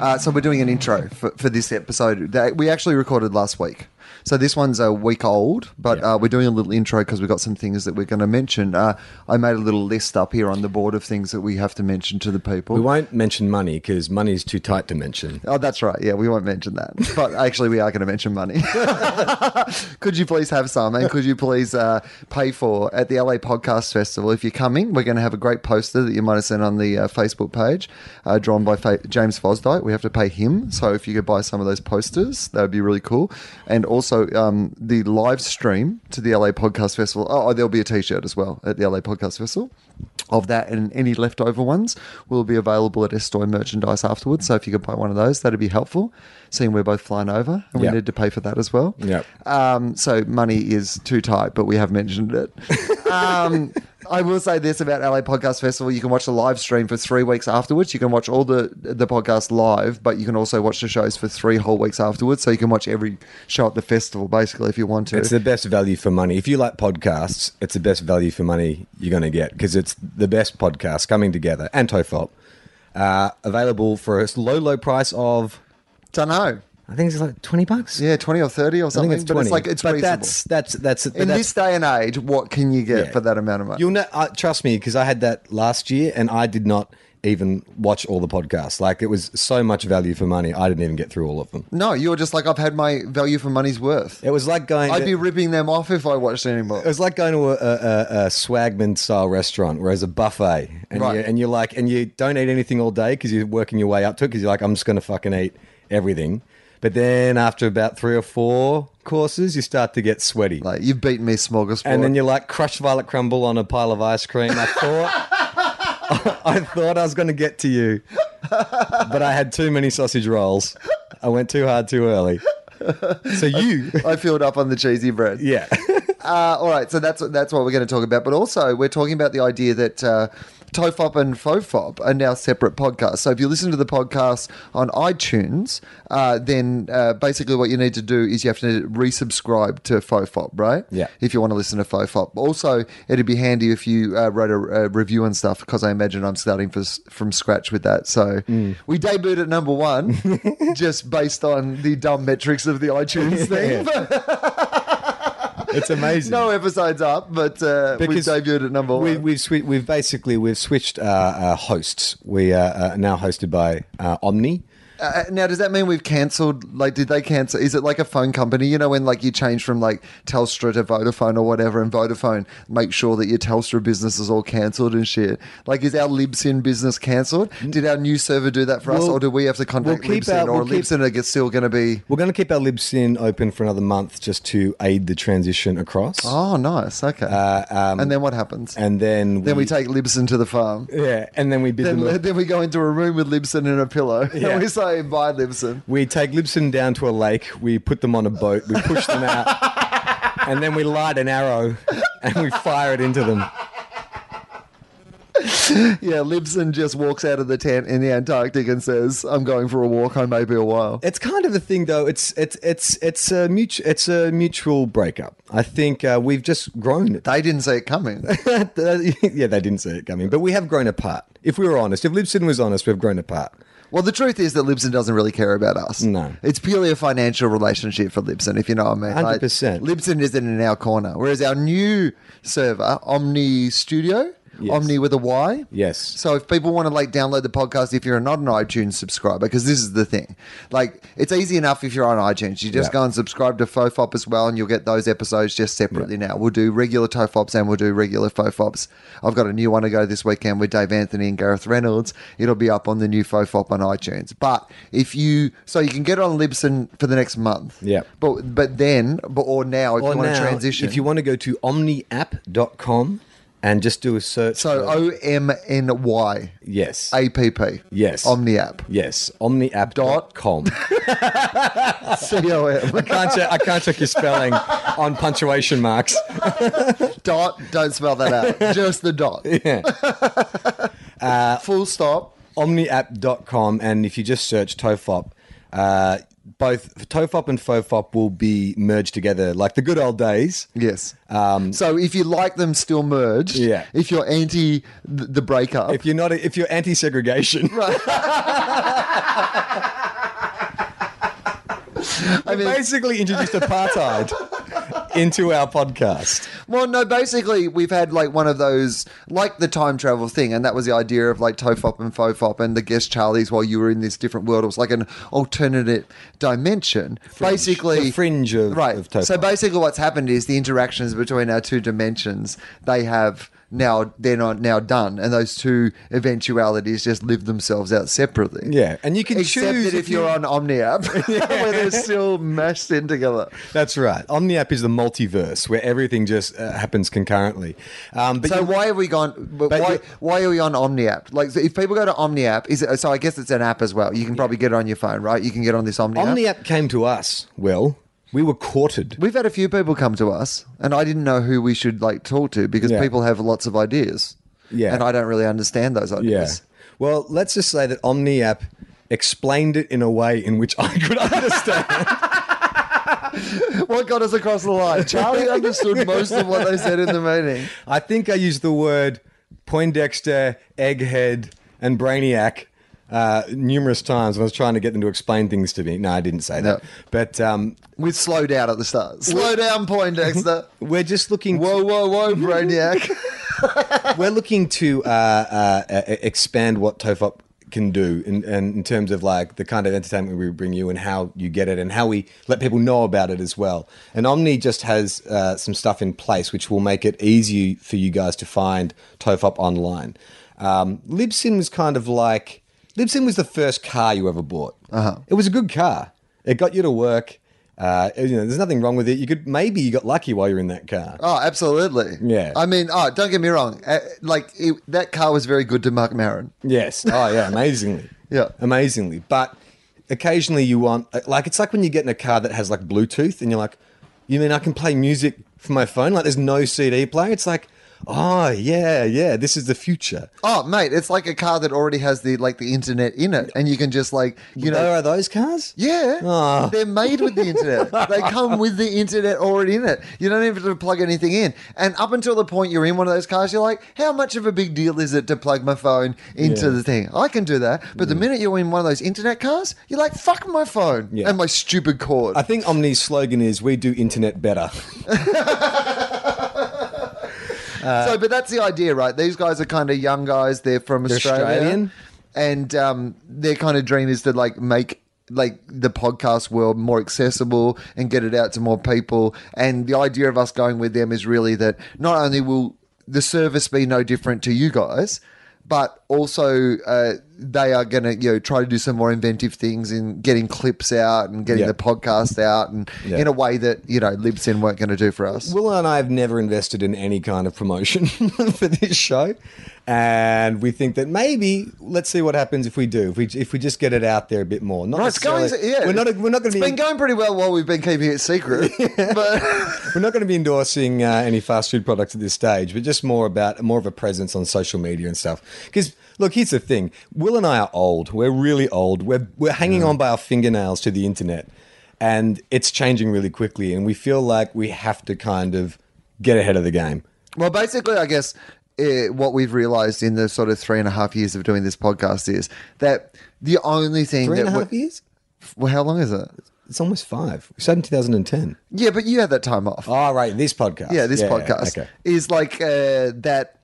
Uh, so we're doing an intro for, for this episode that we actually recorded last week. So this one's a week old, but Yeah. uh, we're doing a little intro because we've got some things that we're going to mention. Uh, I made a little list up here on the board of things that we have to mention to the people. We won't mention money because money's too tight to mention. Oh, that's right. Yeah, we won't mention that. But actually, we are going to mention money. could you please have some? And could you please uh, pay for at the LA Podcast Festival? If you're coming, we're going to have a great poster that you might have sent on the uh, Facebook page, uh, drawn by Fa- James Fosdyke. We have to pay him. So if you could buy some of those posters, that would be really cool. And also um, the live stream to the LA Podcast Festival. Oh, oh, there'll be a t shirt as well at the LA Podcast Festival of that and any leftover ones will be available at Estoy merchandise afterwards. So if you could buy one of those, that'd be helpful. Seeing we're both flying over and Yeah. we need to pay for that as well. Yeah. Um, so money is too tight, but we have mentioned it. um, I will say this about LA Podcast Festival: you can watch the live stream for three weeks afterwards. You can watch all the the podcast live, but you can also watch the shows for three whole weeks afterwards. So you can watch every show at the festival, basically, if you want to. It's the best value for money. If you like podcasts, it's the best value for money you're going to get because it's the best podcast coming together and TOEFOP. Uh, available for a low, low price of, Don't know. I think it's like 20 bucks. Yeah, twenty or thirty or I something. think it's 20. But it's like it's but reasonable. that's, that's, that's, but In that's this day and age, what can you get Yeah. for that amount of money? You'll know, uh, trust me, because I had that last year and I did not even watch all the podcasts. Like it was so much value for money. I didn't even get through all of them. no, you're just like I've had my value for money's worth. It was like going. I'd to- be ripping them off if I watched anymore. it was like going to a, a, a, a swagman style restaurant, where it's a buffet, and Right. you and you're like, and you don't eat anything all day because you're working your way up to it. Because you're like, I'm just going to fucking eat everything. But then after about three or four courses, you start to get sweaty. Like you've beaten me smorgasbord. And then you're like crushed violet crumble on a pile of ice cream. I thought I thought I was going to get to you, but I had too many sausage rolls. I went too hard too early. So you, I filled up on the cheesy bread. yeah, Uh, all right, so that's that's what we're going to talk about. But also, we're talking about the idea that uh, Tofop and Fofop are now separate podcasts. So if you listen to the podcast on iTunes, uh, then uh, basically what you need to do is you have to resubscribe to Fofop, right? Yeah. If you want to listen to Fofop. Also, it'd be handy if you uh, wrote a, a review and stuff because I imagine I'm starting for, s- from scratch with that. So Mm. we debuted at number one just based on the dumb metrics of the iTunes thing. Yeah. it's amazing. No episodes up, but uh, we Because debuted at number one. we, we've swi- we've basically we've switched uh, uh, hosts. We are uh, now hosted by uh, Omni. uh, now, does that mean we've cancelled? Like, did they cancel? Is it like a phone company? You know, when like you change from like Telstra to Vodafone or whatever, and Vodafone make sure that your Telstra business is all cancelled and shit. Like, is our Libsyn business cancelled? Did our new server do that for us, We'll- or do we have to contact we'll keep Libsyn, our- or we'll keep- Libsyn are still going to be? We're going to keep our Libsyn open for another month just to aid the transition across. Oh, nice. Okay. Uh, um, and then what happens? and then then we take Libsyn to the farm. yeah, and then we bid them. Then, then we go into a room with Libsyn and a pillow, Yeah. and we say, "Bye, Libsyn." We take Libsyn down to a lake. We put them on a boat. We push them out, and then we light an arrow and we fire it into them. Yeah, Libsyn just walks out of the tent in the Antarctic and says, "I'm going for a walk. I may be a while." It's kind of a thing, though. It's it's it's it's a mutual it's a mutual breakup. I think uh, we've just grown. They didn't see it coming. yeah, they didn't see it coming, but we have grown apart. If we were honest, if Libsyn was honest, we've grown apart. Well, the truth is that Libsyn doesn't really care about us. No. it's purely a financial relationship for Libsyn, if you know what I mean. 100%. Libsyn isn't in our corner, whereas our new server, Omni Studio, Yes. Omni with a Y, Yes. So if people want to like download the podcast, if you're not an iTunes subscriber, because this is the thing, like it's easy enough if you're on iTunes. You just Yeah. go and subscribe to Fofop as well, and you'll get those episodes just separately. Now we'll do regular Tofops and we'll do regular Fofops. I've got a new one to go this weekend with Dave Anthony and Gareth Reynolds. It'll be up on the new Fofop on iTunes. But if you, so you can get on Libsyn for the next month. Yeah. But but then, but or now, if Or you want to now, transition, if you want to go to omniapp.com and just do a search. so uh, for- O M N Y yes, A P P. Yes. Omni app. yes, omniapp.com. C O M. I can't check, I can't check your spelling on punctuation marks. dot. Don't spell that out. Uh, Just the dot. Yeah. Full stop. Omniapp.com, and if you just search Tofop, uh, both Tofop and Fofop will be merged together like the good old days. Yes. so if you like them still merged, Yeah. If you're anti th- the breakup, If you're not, if you're anti-segregation, I mean, basically introduced apartheid into our podcast. well, no, basically, we've had like one of those, like the time travel thing, and that was the idea of like Tofop and Fofop and the guest Charlies while you were in this different world. It was like an alternate dimension. Basically, The fringe of right. Of Topaz. So basically, what's happened is the interactions between our two dimensions they have now they're not now done, and those two eventualities just live themselves out separately. yeah, and you can Except choose that if you're on Omni app, where they're still mashed in together. That's right. Omniap is the multiverse where everything just uh, happens concurrently. Um, but So you- why have we gone? But why you- why are we on Omni app? Like, so if people go to Omni app, is it? So I guess it's an app as well. You can probably get it on your phone, right? You can get on this Omni, app. Omniap came to us. Well, we were courted. We've had a few people come to us, and I didn't know who we should like talk to because Yeah. people have lots of ideas. Yeah. and I don't really understand those Yeah. ideas. Well, let's just say that Omniap explained it in a way in which I could understand. What got us across the line? Charlie understood most of what they said in the meeting. I think I used the word Poindexter, Egghead, and Brainiac uh, numerous times when I was trying to get them to explain things to me. No, I didn't say that. No. But um, With slow down at the start. Slow down, Poindexter. we're just looking. whoa, whoa, whoa, Brainiac. We're looking to uh, uh, uh, expand what Tofop can do in, in, in terms of like the kind of entertainment we bring you and how you get it and how we let people know about it as well. And Omni just has uh, some stuff in place which will make it easy for you guys to find Tofop online. Um, Libsyn was kind of like Libsyn was the first car you ever bought. Uh-huh. It was a good car. It got you to work. Uh, you know, there's nothing wrong with it. You could maybe you got lucky while you're in that car. Oh, absolutely. Yeah. I mean, oh, don't get me wrong. Uh, like, it, that car was very good to Mark Maron. Yes. Oh, yeah. Amazingly. Yeah. Amazingly. But occasionally you want, like, it's like when you get in a car that has like Bluetooth and you're like, you mean I can play music from my phone? Like, there's no CD player. It's like, oh, yeah, yeah. This is the future. Oh, mate, it's like a car that already has the like the internet in it, and you can just like you know. There are those cars? Yeah, Ah. they're made with the internet. they come with the internet already in it. You don't even have to plug anything in. And up until the point you're in one of those cars, you're like, how much of a big deal is it to plug my phone into Yeah. the thing? I can do that. But the minute you're in one of those internet cars, you're like, fuck my phone Yeah. and my stupid cord. I think Omni's slogan is we do internet better. Uh, so, but that's the idea, right? These guys are kind of young guys. They're from Australia, Australian. and um, their kind of dream is to like make like the podcast world more accessible and get it out to more people. And the idea of us going with them is really that not only will the service be no different to you guys. But also, uh, they are going to you know try to do some more inventive things in getting clips out and getting Yeah. the podcast out, and Yeah. in a way that you know Libsyn weren't going to do for us. Will and I have never invested in any kind of promotion for this show, and we think that maybe let's see what happens if we do. If we if we just get it out there a bit more, not Right, it's going- necessarily- yeah. We're not we're not going to It's be been going pretty well while we've been keeping it secret. But we're not going to be endorsing uh, any fast food products at this stage, but just more about more of a presence on social media and stuff. Because look, here's the thing: Will and I are old. We're really old. We're we're hanging on by our fingernails to the internet, and it's changing really quickly. And we feel like we have to kind of get ahead of the game. well, basically, I guess eh, what we've realised in the sort of three and a half years of doing this podcast is that the only thing Three that and a half we- years. well, how long is it? It's almost five. We started in 2010. Yeah, but you had that time off. Oh, right. This podcast. yeah, this podcast okay. is like uh, that,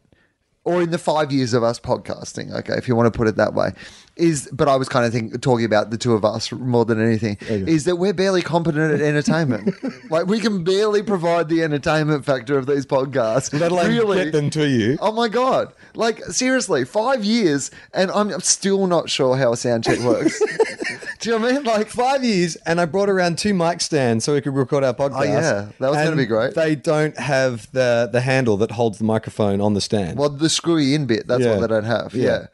or in the five years of us podcasting. Okay, if you want to put it that way, is. But I was kind of think, talking about the two of us more than anything. Is that we're barely competent at entertainment. like we can barely provide the entertainment factor of these podcasts. Let alone really, get them to you. Oh my god! Like seriously, five years, and I'm I'm still not sure how a sound check works. Do you know what I mean? Like Five years, and I brought around two mic stands so we could record our podcast. Oh, yeah. That was gonna And be great. They don't have the the handle that holds the microphone on the stand. Well, the screwy in bit, that's Yeah. what they don't have. Yeah. Yeah.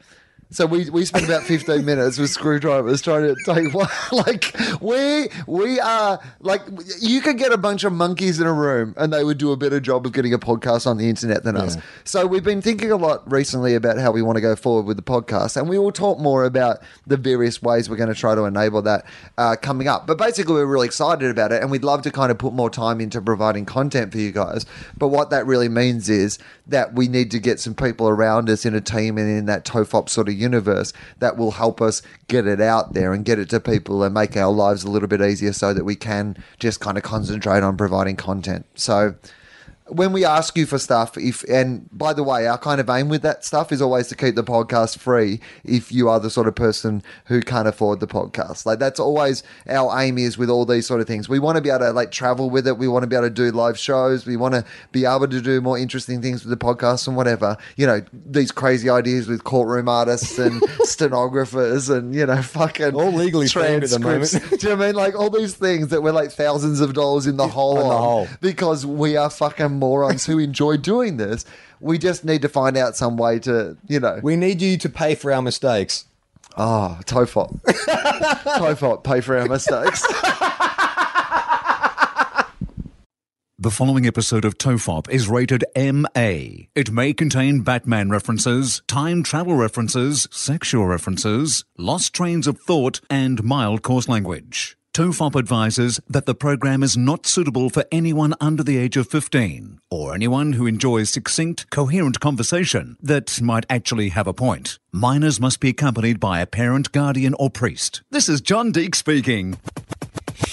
So we, we spent about 15 minutes with screwdrivers trying to take one. Like, we, we are, like, you could get a bunch of monkeys in a room and they would do a better job of getting a podcast on the internet than us. So we've been thinking a lot recently about how we want to go forward with the podcast. And we will talk more about the various ways we're going to try to enable that uh, coming up. But basically, we're really excited about it and we'd love to kind of put more time into providing content for you guys. But what that really means is that we need to get some people around us in a team and in that TOFOP sort of universe that will help us get it out there and get it to people and make our lives a little bit easier so that we can just kind of concentrate on providing content. So when we ask you for stuff, if and by the way, our kind of aim with that stuff is always to keep the podcast free. If you are the sort of person who can't afford the podcast, like that's always our aim is with all these sort of things. We want to be able to like travel with it. We want to be able to do live shows. We want to be able to do more interesting things with the podcast and whatever. You know, these crazy ideas with courtroom artists and stenographers and you know, fucking All legally framed at the moment. transcripts. Do you know what I mean like all these things that we're like thousands of dollars in the hole In the on hole. because we are fucking morons who enjoy doing this. We just need to find out some way to, you know, We need you to pay for our mistakes. ah, oh, tofop, tofop, pay for our mistakes. The following episode of Tofop is rated MA. It may contain Batman references, time travel references, sexual references, lost trains of thought, and mild coarse language. Tofop advises that the program is not suitable for anyone under the age of 15 or anyone who enjoys succinct, coherent conversation that might actually have a point. Minors must be accompanied by a parent, guardian, or priest. This is John Deek speaking.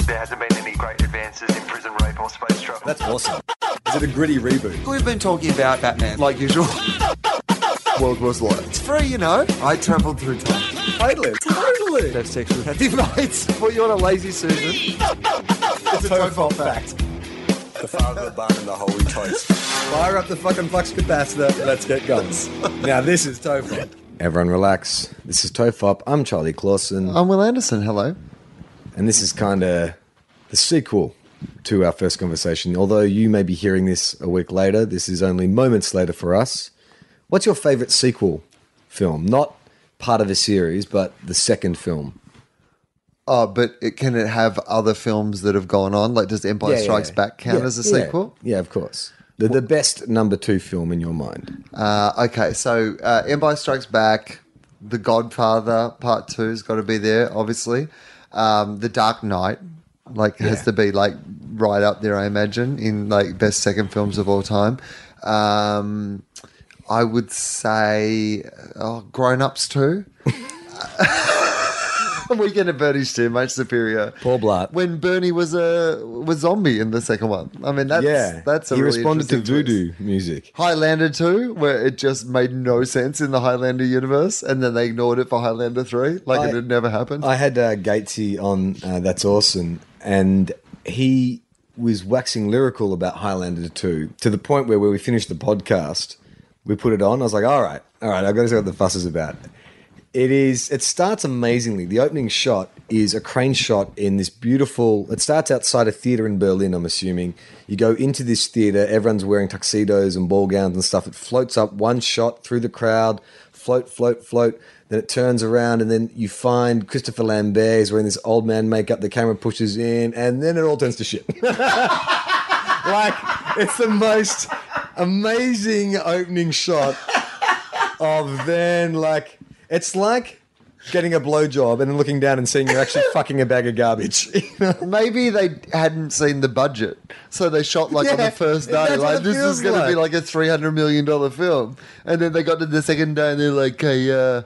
There hasn't been any great advances in prison rape or space travel. That's awesome. Is it a gritty reboot? We've been talking about Batman. like usual. World Wars Light. It's free, you know. I travelled through time. Totally, totally. Have sex with That divides. Put you on a lazy Susan. It's a tofop fact. the father of the barn and the holy toast. Fire up the fucking flux capacitor. Let's get going. now this is Tofop. Everyone relax. This is Tofop. I'm Charlie Clausen, I'm Will Anderson. Hello. and this is kind of the sequel to our first conversation. Although you may be hearing this a week later, this is only moments later for us. What's your favorite sequel film? Not part of a series, but the second film. Oh, but it, can it have other films that have gone on? Like, does Empire Yeah, yeah, Strikes yeah. Back count Yeah, as a yeah. sequel? Yeah, of course. The, the best number two film in your mind. Uh, okay, so uh, Empire Strikes Back, The Godfather Part Two's got to be there, obviously. Um, the Dark Knight, like, has to be like right up there, I imagine, in like best second films of all time. Um, I would say oh, Grown Ups Two. Weekend at Bernie's too much superior. Paul Blart. When Bernie was a was zombie in the second one. I mean, that's yeah, that's a he really responded to interesting twist. voodoo music. Highlander 2, where it just made no sense in the Highlander universe, and then they ignored it for Highlander 3, like I- it had never happened. I had uh, Gatesy on uh, That's Awesome, and he was waxing lyrical about Highlander 2 to the point where when we finished the podcast, we put it on. I was like, all right, all right, I've got to see what the fuss is about. It is. It starts amazingly. The opening shot is a crane shot in this beautiful. It starts outside a theater in Berlin. I'm assuming you go into this theater. Everyone's wearing tuxedos and ball gowns and stuff. It floats up one shot through the crowd, float, float, float. Then it turns around, and then you find Christopher Lambert is wearing this old man makeup. The camera pushes in, and then it all turns to shit. like it's the most amazing opening shot of then like it's like getting a blowjob and then looking down and seeing you're actually fucking a bag of garbage. You know? Maybe they hadn't seen the budget, so they shot like on Yeah, the first day, that's what like it this is feels going to be like. like a three hundred million dollar film, and then they got to the second day and they're like, "Hey, uh,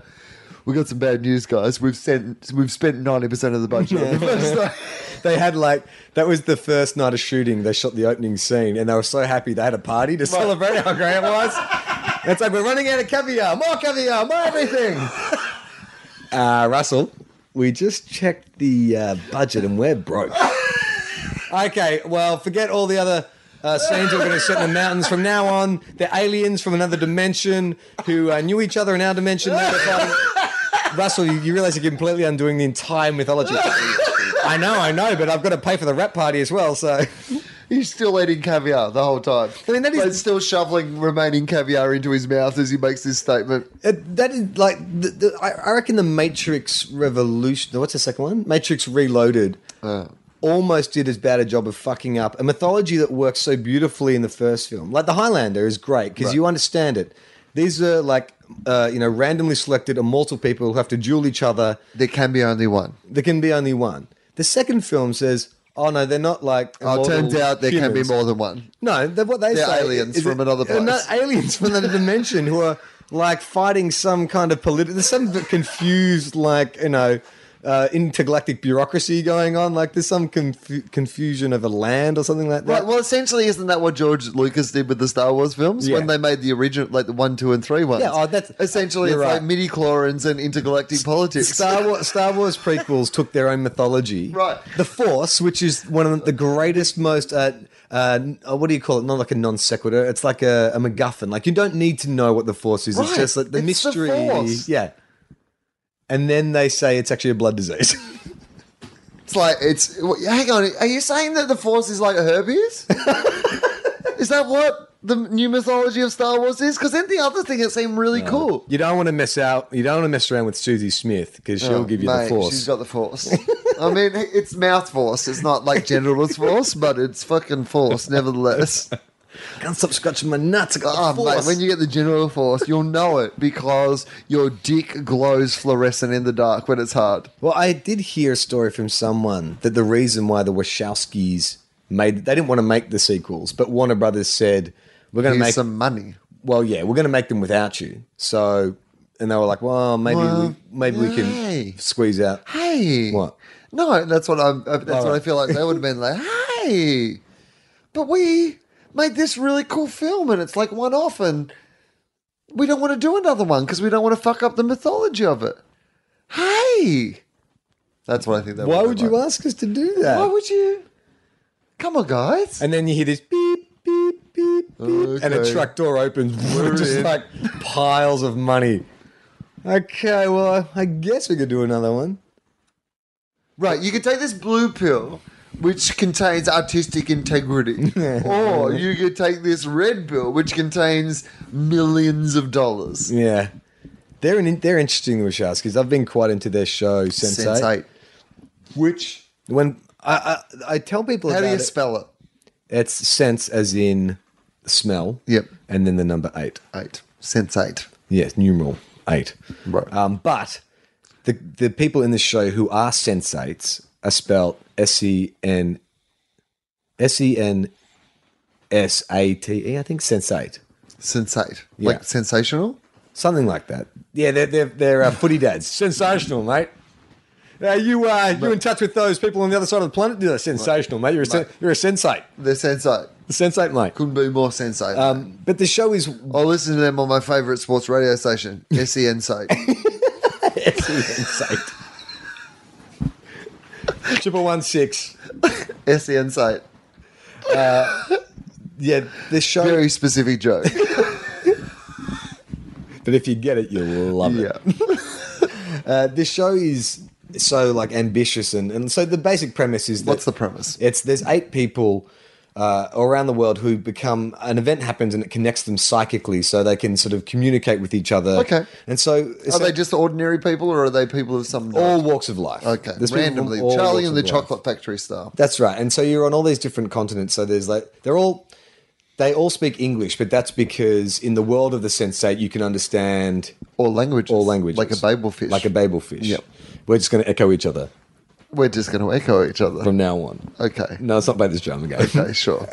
we got some bad news, guys. We've sent, we've spent ninety percent of the budget." on the first day." They had like that was the first night of shooting. They shot the opening scene and they were so happy they had a party to celebrate how great it was. It's like we're running out of caviar, more caviar, more everything. Uh, Russell, we just checked the uh, budget and we're broke. okay, well, forget all the other uh, scenes that we're going to set in the mountains. From now on, they're aliens from another dimension who uh, knew each other in our dimension. Now they're fighting- Russell, you, you realize you're completely undoing the entire mythology. I know, I know, but I've got to pay for the rap party as well. So He's still eating caviar the whole time. I mean, that is- But still shoveling remaining caviar into his mouth as he makes this statement. it, that is like the, the, I I reckon the Matrix Revolution. What's the second one? Matrix Reloaded. Almost did as bad a job of fucking up a mythology that works so beautifully in the first film. Like the Highlander is great because you understand it. These are like uh, you know randomly selected immortal people who have to duel each other. There can be only one. There can be only one. The second film says, "Oh no, they're not like." Oh, turns immortal out there can be humans. more than one. No, that what they They're say aliens is from that- another place. ano- aliens from another dimension who are like fighting some kind of political. There's some confused, like you know, uh, intergalactic bureaucracy going on. Like there's some confu- confusion over land or something like that. Right, well, essentially, isn't that what George Lucas did with the Star Wars films Yeah. when they made the original, like the one, two, and three ones? Yeah, oh, that's- essentially it's you're like right. midi chlorians and intergalactic politics. Star Wars, Star Wars prequels took their own mythology. Right. The Force, which is one of the greatest, most uh, uh, uh, what do you call it? Not like a non sequitur. It's like a, a MacGuffin. Like you don't need to know what the Force is. Right. It's just like the It's the mystery. Force. Yeah. And then they say it's actually a blood disease. It's like it's. Hang on, are you saying that the Force is like herpes? is that what the new mythology of Star Wars is? Because then the other thing that seemed really cool. you don't want to mess out. You don't want to mess around with Susie Smith because she'll Oh, give you mate, the Force. She's got the Force. I mean, it's mouth force. It's not like genitals force, but it's fucking force, nevertheless. can't stop scratching my nuts. I got Oh, the Force. mate, when you get the general force, you'll know it because your dick glows fluorescent in the dark when it's hard. Well, I did hear a story from someone that the reason why the Wachowskis made they didn't want to make the sequels, but Warner Brothers said we're going Here's to make some money. well, yeah, we're going to make them without you. So, and they were like, well, maybe Well, we, maybe we hey. can squeeze out. Hey, What? No, that's what I'm. uh, That's All what I right. feel like they would have been like. Hey, but we made this really cool film, and it's like one off, and we don't want to do another one because we don't want to fuck up the mythology of it. Hey, that's what I think. They Why would've would been you like. ask us to do that? Why would you? Come on, guys. and then you hear this beep, beep, beep, beep, and a Okay. truck door opens, We're just in. like piles of money. Okay, well, I I guess we could do another one. Right, you can take this blue pill, which contains artistic integrity, or you could take this red pill, which contains millions of dollars. Yeah. They're an, they're interesting the Wachowskis. I've been quite into their show Sense8. Sensate. Which when I, I I tell people How about do you it, spell it? it's sense as in smell. Yep. And then the number 8. Eight. Sensate. Yes, numeral 8. Right. Um, but the the people in this show who are sensates are spelled S E N S E N S A T E, I think sensate. Sensate. Yeah. Like sensational? Something like that. Yeah, they're they're, they're uh, footy dads. Sensational, mate. Are you uh, you in touch with those people on the other side of the planet? Yeah, sensational, mate. You're a sen- you're a sensate, They're sensate. sensate, mate. Couldn't be more sensate. Um, but the show is I listen to them on my favourite sports radio station, E SEN Sate. sensate. Triple one six. SEN Sate. Yeah, this show. Very specific joke. But if you get it, you'll love it. yeah. Uh, this show is so like ambitious, and, and so the basic premise is that What's the premise? It's there's eight people uh, around the world who become an event happens and it connects them psychically, so they can sort of communicate with each other. Okay. and so, Are so they just ordinary people or are they people of some all walks of life? Okay, There's people from randomly. all Charlie walks and the of life. Chocolate Factory style. That's right. And so you're on all these different continents. So there's like they're all they all speak English, but that's because in the world of the sensate, you can understand Or languages. all languages, Like a babel fish. like a babel fish. Yep. We're just going to echo each other We're just going to echo each other. from now on. okay. No, let's not play this drama game. Okay, sure.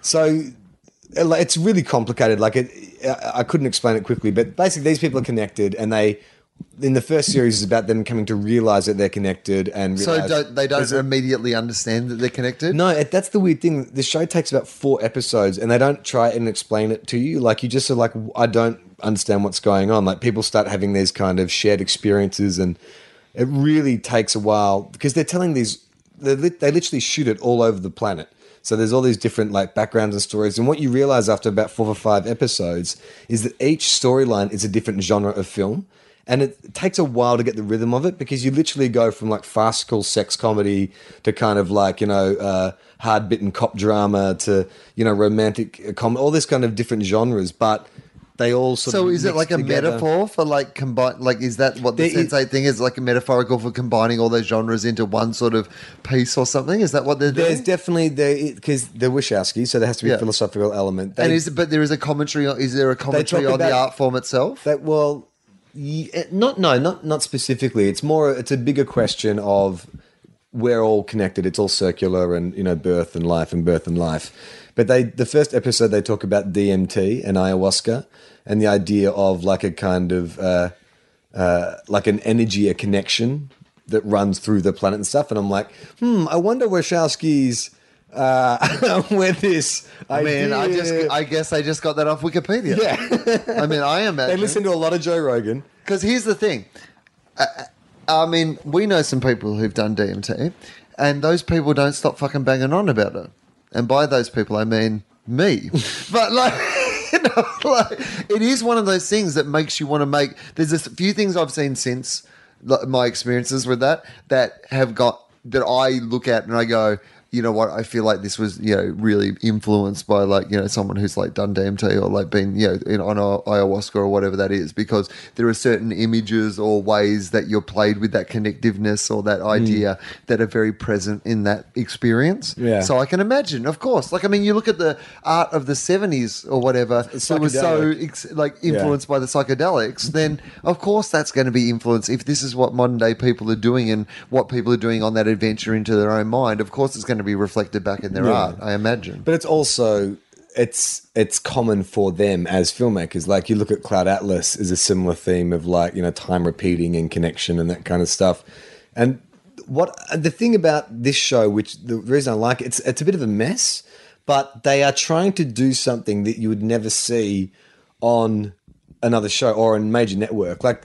So uh, like, it's really complicated. Like it, I I couldn't explain it quickly, but basically these people are connected, and they in the first series is about them coming to realize that they're connected and so realize don't, they don't immediately understand that they're connected? No, it, that's the weird thing. The show takes about four episodes, and they don't try and explain it to you. Like you just are like, I don't understand what's going on. Like people start having these kind of shared experiences, and it really takes a while because they're telling these. They, lit- they literally shoot it all over the planet. So there's all these different like backgrounds and stories, and what you realize after about four or five episodes is that each storyline is a different genre of film. And it takes a while to get the rhythm of it because you literally go from like farcical sex comedy to kind of like, you know, uh, hard bitten cop drama to, you know, romantic comedy, all this kind of different genres, but they all sort of. So is it mix like a together. metaphor for like combine? Like is that what the There is- sensei thing is? Like a metaphorical for combining all those genres into one sort of piece or something? Is that what they're There's doing? definitely, because they're Wachowski, so there has to be Yeah. a philosophical element. They, and is but there is a commentary? on Is there a commentary talk on the about- art form itself? That well, eh, ye- not no, not not specifically. It's more. It's a bigger question of we're all connected. It's all circular, and you know, birth and life, and birth and life. But they, the first episode, they talk about DMT and ayahuasca, and the idea of like a kind of uh, uh, like an energy, a connection that runs through the planet and stuff. And I'm like, hmm, I wonder where Showski's uh, where this. I mean, I idea- just, I guess I just got that off Wikipedia. yeah. I mean, I they imagine. listen to a lot of Joe Rogan. Because here's the thing. Uh, I, I mean, we know some people who've done DMT, and those people don't stop fucking banging on about it. And by those people, I mean me. but like. You know, like, it is one of those things that makes you want to make. There's a few things I've seen since like, my experiences with that that have got that I look at and I go, you know what? I feel like this was you know really influenced by like you know someone who's like done DMT or like been you know in, on a, ayahuasca or whatever that is because there are certain images or ways that you're played with that connectiveness or that idea that are very present in that experience. Yeah. So I can imagine, of course. Like I mean, you look at the art of the '70s or whatever that was so psychedelic. ex- like influenced by the psychedelics. Then of course that's going to be influenced if this is what modern day people are doing and what people are doing on that adventure into their own mind. Of course, it's going to be reflected back in their art. I imagine. But it's also it's it's common for them as filmmakers. Like you look at Cloud Atlas is a similar theme of like you know time repeating and connection and that kind of stuff. And what the thing about this show, which the reason I like it, it's it's a bit of a mess, but they are trying to do something that you would never see on another show or in major network. Like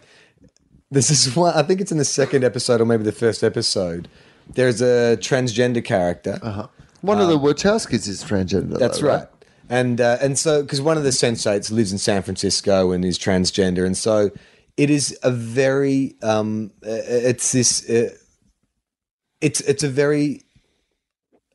this is one. I think it's in the second episode or maybe the first episode. There's a transgender character. Uh-huh. One of the Wachowskis is transgender. That's though, right. And uh, and so because one of the sensates lives in San Francisco and is transgender, and so it is a very um, uh, it's this uh, it's it's a very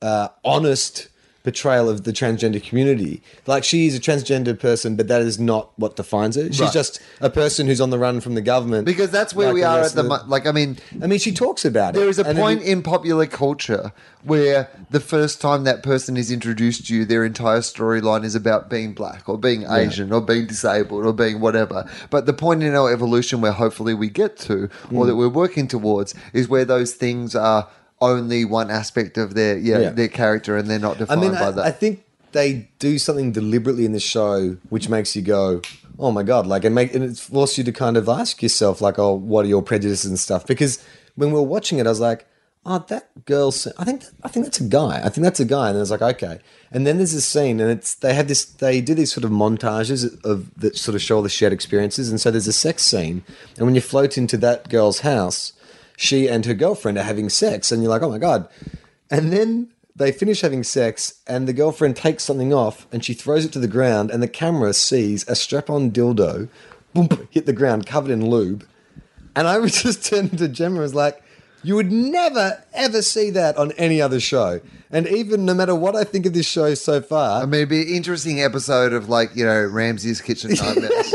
uh, honest portrayal of the transgender community. Like she is a transgender person, but that is not what defines her. She's Right. just a person who's on the run from the government Because that's where like we are rest at the, of mo- like. I mean, I mean, she talks about it. There is a And it- point in popular culture where the first time that person is introduced to you, their entire storyline is about being black or being Asian or being disabled or being whatever. But the point in our evolution where hopefully we get to Hmm. or that we're working towards is where those things are only one aspect of their yeah, Yeah. their character and they're not I defined mean, by I, that. I think they do something deliberately in the show which makes you go, "Oh my god!" Like, and make and it forces you to kind of ask yourself, like, "Oh, what are your prejudices and stuff?" Because when we were watching it, I was like, "Oh, that girl. s- I think I think that's a guy. I think that's a guy." And I was like, "Okay." And then there's this scene, and it's they have this. They do these sort of montages of that sort of show all the shared experiences, and so there's a sex scene, and when you float into that girl's house. She and her girlfriend are having sex, and you're like, "Oh my god!" And then they finish having sex, and the girlfriend takes something off and she throws it to the ground, and the camera sees a strap on dildo boom, hit the ground covered in lube. And I was just turned to Gemma and was like, you would never ever see that on any other show. And even no matter what I think of this show so far, I mean, it'd be an interesting episode of like you know Ramsey's Kitchen Nightmares.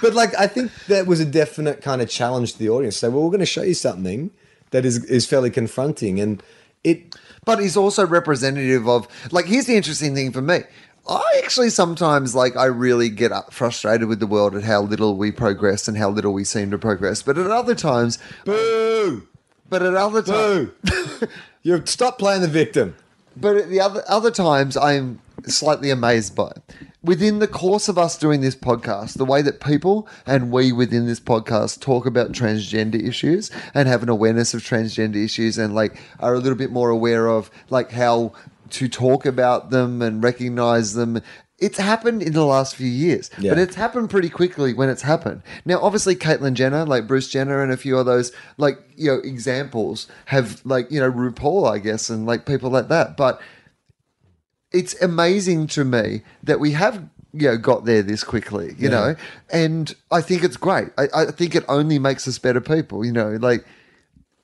but like I think that was a definite kind of challenge to the audience. So well, we're going to show you something that is is fairly confronting, and it but he's also representative of like here's the interesting thing for me i actually sometimes like i really get up frustrated with the world at how little we progress and how little we seem to progress but at other times boo but at other times boo. you stop playing the victim. but at the other other times i'm slightly amazed by it. within the course of us doing this podcast the way that people and we within this podcast talk about transgender issues and have an awareness of transgender issues and like are a little bit more aware of like how to talk about them and recognize them it's happened in the last few years, Yeah. but it's happened pretty quickly when it's happened. Now, obviously, Caitlyn Jenner, like Bruce Jenner, and a few of those, like you know, examples have like you know RuPaul, I guess, and like people like that. But it's amazing to me that we have you know got there this quickly you know and i think it's great I, I think it only makes us better people you know like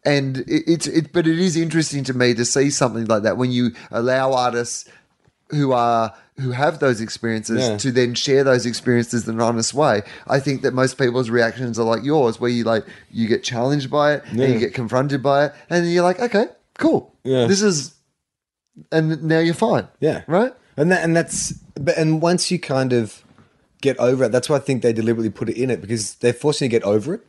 and it, it's it but it is interesting to me to see something like that when you allow artists who are who have those experiences Yeah. to then share those experiences in an honest way i think that most people's reactions are like yours where you like you get challenged by it and Yeah. you get confronted by it and then you're like okay cool Yeah. this is and now you're fine Yeah. right And that and that's but and once you kind of get over it, that's why I think they deliberately put it in it because they're forcing you to get over it.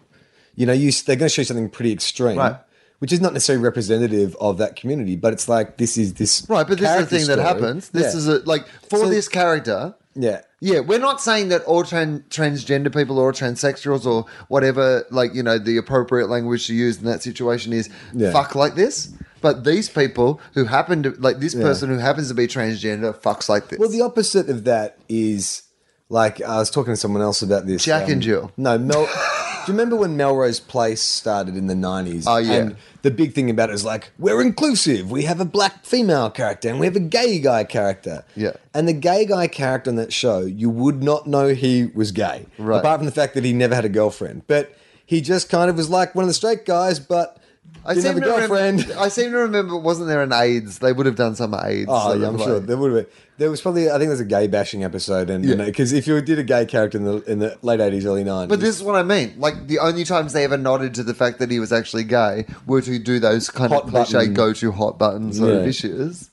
You know, you s- they're going to show you something pretty extreme, Right. which is not necessarily representative of that community, but it's like this is this Right, but this is the character thing that story. happens. This Yeah. is a, like for So- this character. yeah. Yeah, we're not saying that all tran- transgender people or transsexuals or whatever, like you know, the appropriate language to use in that situation is Yeah. fuck like this. But these people who happen to like this person who happens to be transgender fucks like this. Well, the opposite of that is like I was talking to someone else about this. um, Jack and Jill. No, Mel. do you remember when Melrose Place started in the nineties? Oh, yeah. And the big thing about it is like we're inclusive. We have a black female character and we have a gay guy character. Yeah. And the gay guy character on that show, you would not know he was gay, Right. apart from the fact that he never had a girlfriend. But he just kind of was like one of the straight guys, but. I didn't have a to girlfriend. Remember, I seem to remember. Wasn't there an AIDS? They would have done some AIDS. Oh, sort yeah, of I'm like- sure there would have been. There was probably, I think, there's a gay bashing episode, and Yeah. because if you did a gay character in the in the late '80s, early '90s, But this is what I mean. Like the only times they ever nodded to the fact that he was actually gay were to do those kind Hot of cliche button. go to hot button sort of Yeah. issues.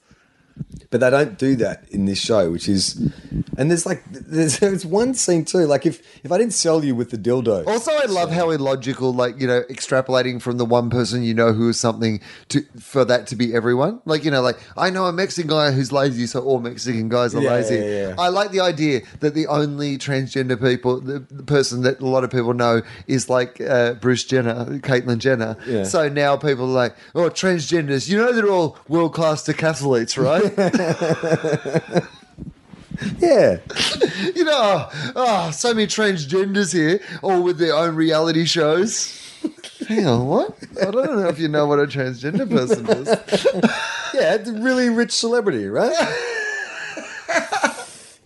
but they don't do that in this show, which is, and there's like there's, there's one scene too. Like if if I didn't sell you with the dildo, Also, I love how illogical, like you know, extrapolating from the one person you know who is something to for that to be everyone. Like you know, like I know a Mexican guy who's lazy, so all Mexican guys are Yeah, lazy. yeah, yeah. I like the idea that the only transgender people, the, the person that a lot of people know, is like uh, Bruce Jenner, Caitlyn Jenner. Yeah. So now people are like, oh, transgenders. You know, they're all world class decathletes, right? yeah, you know, oh, oh, so many transgenders here, all with their own reality shows. Hang on, what? I don't know if you know what a transgender person is. yeah, it's a really rich celebrity, right?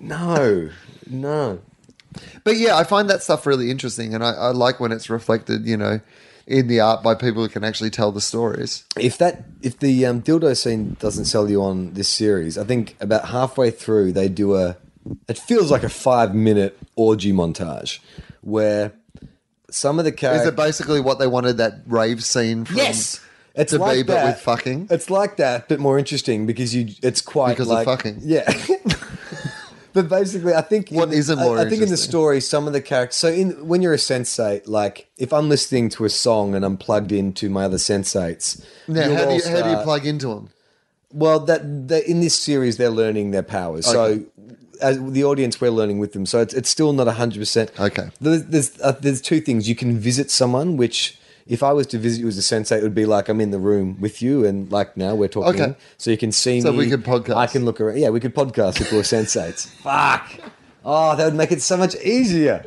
no, no. But yeah, I find that stuff really interesting, and I, I like when it's reflected, you know, in the art by people who can actually tell the stories. if that if the um, dildo scene doesn't sell you on this series, I think about halfway through they do a it feels like a five minute orgy montage where some of the Is characters it basically what they wanted that rave scene from? it's to like be, but that. with fucking? It's like that, but more interesting because you it's quite Because of like, fucking. Yeah. but basically, I think What in, isn't I- more I, think in the interesting? story, some of the characters. So in when you're a sensate, like if I'm listening to a song and I'm plugged into my other sensates, Now, you'll how do, all you, how do you start- plug into them? Well, that, that in this series they're learning their powers. Okay. So, as the audience, we're learning with them. So it's, it's still not hundred percent. Okay. There's there's, uh, there's two things you can visit someone, which if I was to visit you as a sensei, it would be like I'm in the room with you, and like now we're talking. Okay. So you can see So me. we could podcast. I can look around. Yeah, we could podcast if we were sensates. Fuck. Oh, that would make it so much easier.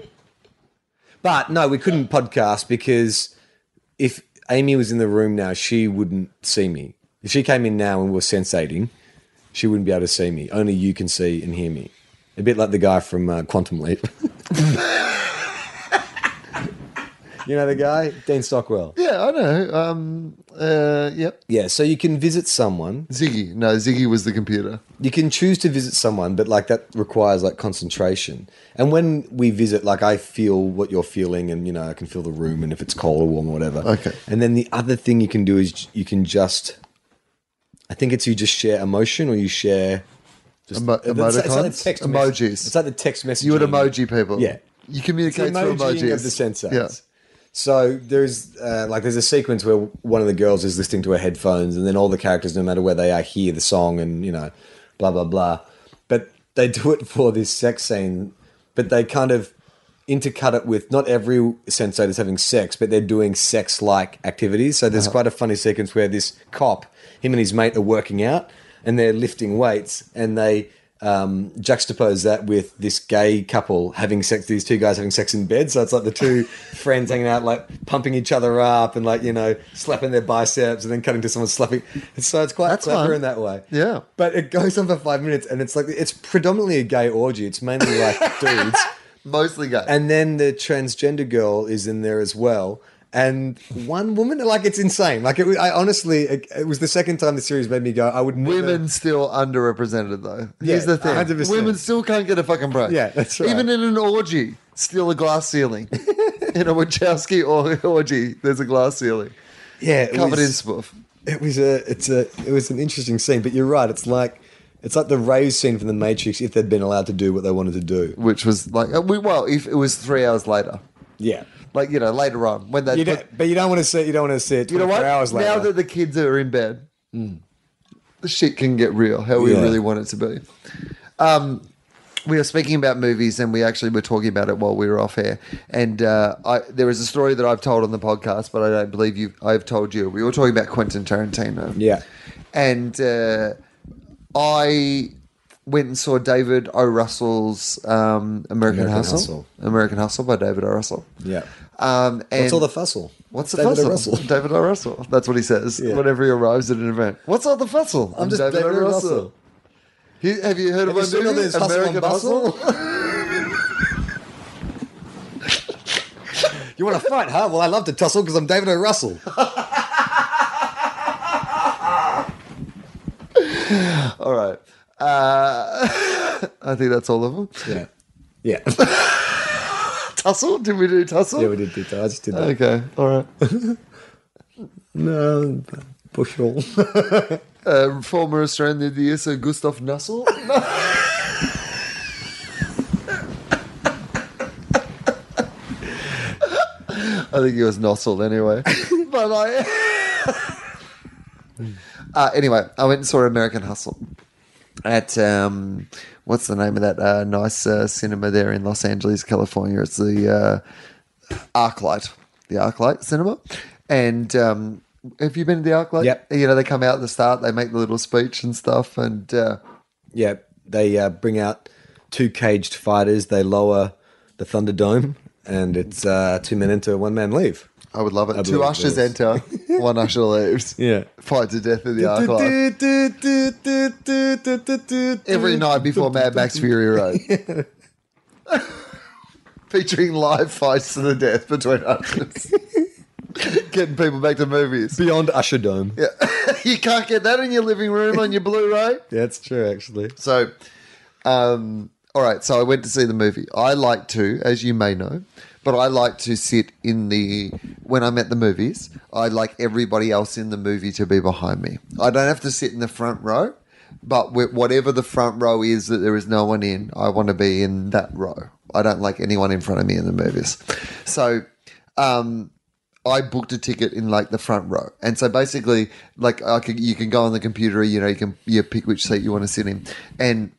But no, we couldn't podcast because if Amy was in the room now, she wouldn't see me. If she came in now and was sensating, she wouldn't be able to see me. Only you can see and hear me. A bit like the guy from uh, Quantum Leap. you know the guy, Dean Stockwell. Yeah, I know. Um, uh, yep. Yeah, so you can visit someone. Ziggy. No, Ziggy was the computer. You can choose to visit someone, but like that requires like concentration. And when we visit, like I feel what you're feeling, and you know I can feel the room, and if it's cold or warm or whatever. Okay. And then the other thing you can do is j- you can just, I think it's you just share emotion or you share just Emo- it's like- it's like the emoticons? text mess- Emojis. It's like the text message. You would emoji people. Yeah. You It's the communicate through emojiing emojis. of the sensates. Yeah. So there's uh, like there's a sequence where one of the girls is listening to her headphones, and then all the characters, no matter where they are, hear the song, and you know, blah blah blah. But they do it for this sex scene, but they kind of intercut it with not every sensate is having sex, but they're doing sex-like activities. So Uh-huh. there's quite a funny sequence where this cop, him and his mate, are working out, and they're lifting weights, and they um, juxtapose that with this gay couple having sex, these two guys having sex in bed. So it's like the two friends hanging out, like pumping each other up and like, you know, slapping their biceps and then cutting to someone slapping. So it's quite That's clever fun. in that way. Yeah. But it goes on for five minutes and it's like, it's predominantly a gay orgy. It's mainly like dudes. Mostly gay. And then the transgender girl is in there as well. And one woman, like it's insane. Like it, was- I honestly, it, it was the second time the series made me go, I would never. Women still underrepresented though. Here's Yeah, the thing: 100%. women still can't get a fucking break. Yeah, that's right. Even in an orgy, still a glass ceiling. in a Wachowski or- orgy, there's a glass ceiling yeah, it covered was- in spoof. It was a, it's a, it was an interesting scene. But you're right. It's like, it's like the rave scene from The Matrix if they'd been allowed to do what they wanted to do. Which was like, uh, we- well, if it was three hours later, Yeah. Like you know, later on when they You put, don't, but you don't want to sit. You don't want to sit. you know what? Hours later. Now that the kids are in bed, the shit can get real. How we Yeah. really want it to be. Um, we were speaking about movies, and we actually were talking about it while we were off air. And uh, I, there is a story that I've told on the podcast, but I don't believe you. I've told you. We were talking about Quentin Tarantino. yeah. and uh, I went and saw David O. Russell's um, American, American Hustle. Hustle. American Hustle by David O. Russell. Yeah. Um, and What's all the fussle? What's the David O. fussle? Russell. David O. Russell. That's what he says Yeah. whenever he arrives at an event. What's all the fussle? I'm just David O. Russell. He- have you heard Have of you my seen all movie, this Hustle and Bustle? You want to fight, huh? Well, I love to tussle because I'm David O. Russell. All right. Uh, I think that's all of them. Yeah. Yeah. Tussle? Did we do tussle? yeah. We did do that. I just did that. Okay. All right. No. Bushel. Uh, former Australian of the Year, Sir Gustav Nussel. I think he was Nossel anyway. but I. uh, anyway, I went and saw American Hustle at um, what's the name of that uh, nice uh, cinema there in Los Angeles, California? It's the uh, ArcLight, the ArcLight Cinema. And um, have you been to the ArcLight? Yep. You know they come out at the start, they make the little speech and stuff, and uh, Yeah, they uh, bring out two caged fighters. They lower the Thunderdome, and it's uh, two men into a one man leave. I would love it. Two believe it ushers is. enter, one usher leaves. Yeah. Fight to death in the ArcLight every night before Mad Max Fury Road. Featuring live fights to the death between ushers. Getting people back to movies. Beyond Usher Dome. Yeah. you can't get that in your living room on your Blu-ray. That's true, actually. So, um, all right. So I went to see the movie. I like to, as you may know, but I like to sit in the when I'm at the movies. I like everybody else in the movie to be behind me. I don't have to sit in the front row. But wh- whatever the front row is that there is no one in, I want to be in that row. I don't like anyone in front of me in the movies. So um, I booked a ticket in like the front row, and so basically, like I could, you can go on the computer, you know, you can you pick which seat you want to sit in, and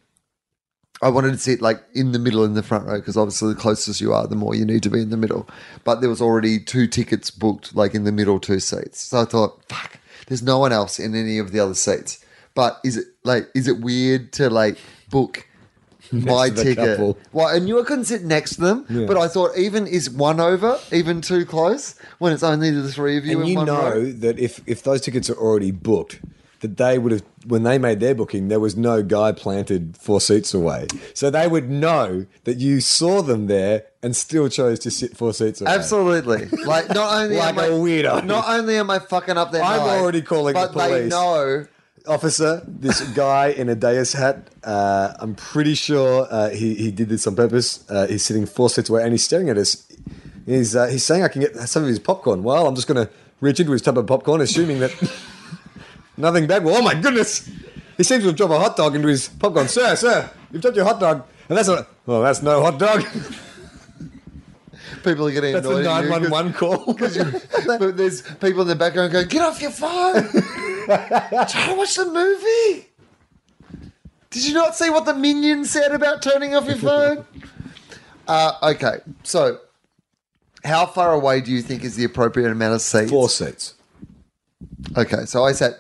I wanted to sit like in the middle in the front row because obviously the closest you are, the more you need to be in the middle. But there was already two tickets booked, like in the middle two seats. So I thought, fuck, there's no one else in any of the other seats. But is it like is it weird to like book my to the ticket? couple. Well, I knew I couldn't sit next to them, but I thought even is one over, even too close when it's only the three of you And in you one know row. that if if those tickets are already booked, that they would have when they made their booking, there was no guy planted four seats away. So they would know that you saw them there and still chose to sit four seats away. Absolutely. Like not only Like am I, a weirdo. Not only am I fucking up there, I'm already calling the but they police. know Officer, this guy in a dais hat, uh, I'm pretty sure uh, he, he did this on purpose. Uh, he's sitting four seats away and he's staring at us. He's, uh, he's saying I can get some of his popcorn. Well, I'm just going to reach into his tub of popcorn, assuming that nothing bad. Well, oh my goodness. He seems to have dropped a hot dog into his popcorn. Sir, sir, you've dropped your hot dog. And that's a, well, that's no hot dog. people are getting That's a annoyed. at you 'cause- 911 call. but there's people in the background going, "Get off your phone! Try to watch the movie." Did you not see what the minion said about turning off your phone? uh, okay, so how far away do you think is the appropriate amount of seats? Four seats. Okay, so I sat,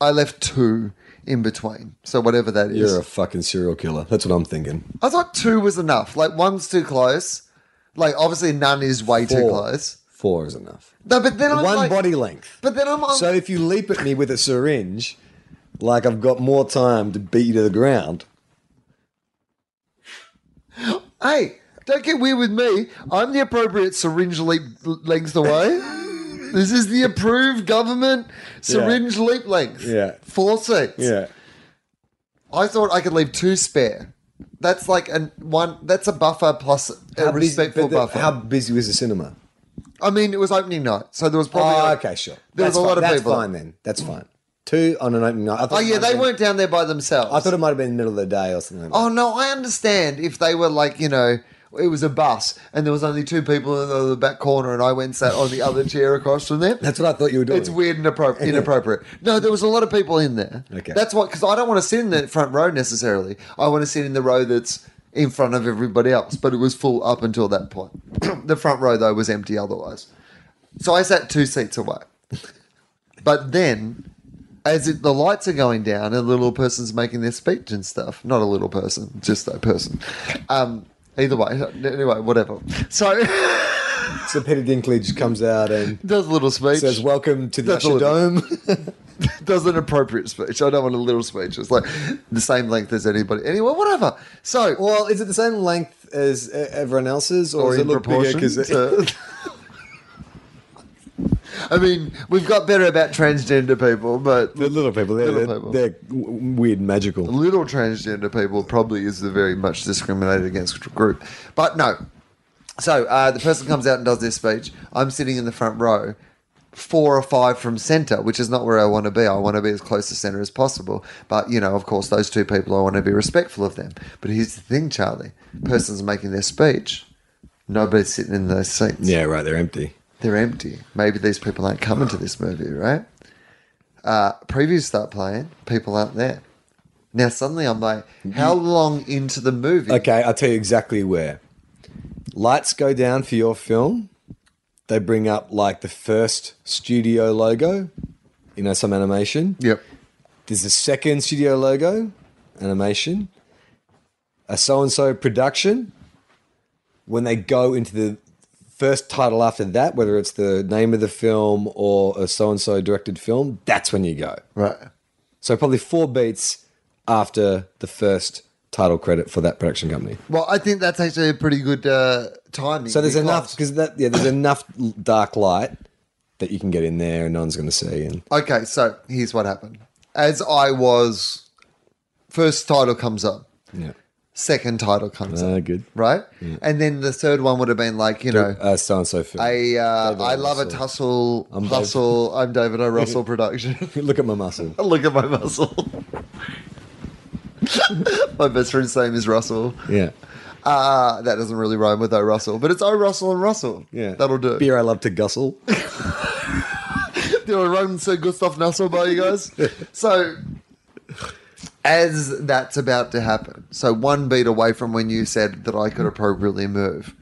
I left two in between. So whatever that is, You're a fucking serial killer. That's what I'm thinking. I thought two was enough. Like one's too close. Like obviously none is way too Four. close. Four is enough. No, but then I'm One like- body length. But then I'm on So if you leap at me with a syringe, like I've got more time to beat you to the ground. Hey, don't get weird with me. I'm the appropriate syringe leap length away. this is the approved government syringe leap length. Yeah. Four seats. Yeah. I thought I could leave two spare. That's like an one. That's a buffer plus a respectful but the- buffer. How busy was the cinema? I mean, it was opening night, so there was probably. Oh, like- okay, sure. There was That's a lot fine. of That's people. fine then. That's fine. Two on an opening night. I thought Oh it yeah, might they have been- weren't down there by themselves. I thought it might have been the middle of the day or something. Like that. Oh no, I understand if they were like you know It was a bus, and there was only two people in the, the back corner, and I went and sat on the other chair across from them. That's what I thought you were doing. Oh. It's weird and appro- inappropriate. No, there was a lot of people in there. Okay. That's what, because I don't want to sit in the front row necessarily. I want to sit in the row that's in front of everybody else, but it was full up until that point. the front row, though, was empty otherwise. So I sat two seats away. But then, as it, the lights are going down and the little person's making their speech and stuff, not a little person, just a person. Um, either way, anyway, whatever. So So Peter Dinklage comes out and does a little speech. says, "Welcome to the That's Usher all it Dome." does an appropriate speech. I don't want a little speech. It's like the same length as anybody. Anyway, whatever. So, Well, is it the same length as uh, everyone else's, or, or is it in look bigger? proportion. Because to- I mean, we've got better about transgender people, but the little people, they're, Little they're- people. they're w- weird, and magical. little transgender people probably is the very much discriminated against group. But no. So uh, the person comes out and does their speech. I'm sitting in the front row, four or five from centre, which is not where I want to be. I want to be as close to centre as possible. But, you know, of course, those two people, I want to be respectful of them. But here's the thing, Charlie person's making their speech, nobody's sitting in those seats Yeah, right. They're empty. they're empty. Maybe these people aren't coming to this movie, right? Uh, previews start playing, people aren't there. Now suddenly I'm like, how long into the movie? Mm-hmm. Okay, I'll tell you exactly where. Lights go down for your film. They bring up like the first studio logo, you know, some animation. Yep. There's a second studio logo, animation, a so and so production. When they go into the first title after that, whether it's the name of the film or a so and so directed film, that's when you go. Right. So probably four beats after the first title credit for that production company. Well, I think that's actually a pretty good uh, timing. So there's because- enough because that yeah, there's enough l- dark light that you can get in there and no one's going to see. And Okay, so here's what happened. As I was, first title comes up, yeah, second title comes uh, up, good. right? And then the third one would have been like, you know, Uh, so and so film. a uh, David I love a Russell. tussle, I'm David- hustle. I'm David O. Russell production. Look at my muscle. Look at my muscle. my best friend's name is Russell. Yeah, Uh, that doesn't really rhyme with O Russell, but it's O Russell and Russell. yeah, That'll do. Beer I love to gussle. Did I rhyme Sir Gustav Nassau by you guys? so, as that's about to happen, so one beat away from when you said that I could appropriately move,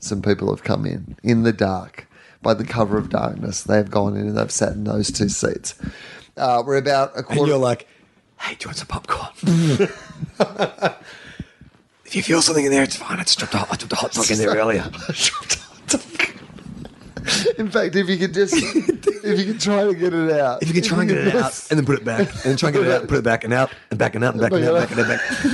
some people have come in in the dark by the cover of darkness. They've gone in and they've sat in those two seats. Uh, we're about a quarter. and you're like, hey, do you want some popcorn? if you feel something in there, it's fine. I just dropped a, I dropped a hot dog in there earlier. In fact, if you could just, if you could try to get it out, If you can try and get it out just- and then put it back, and then try and get it out, and put it back and out and back and out and back and out, and back and out, back. And back.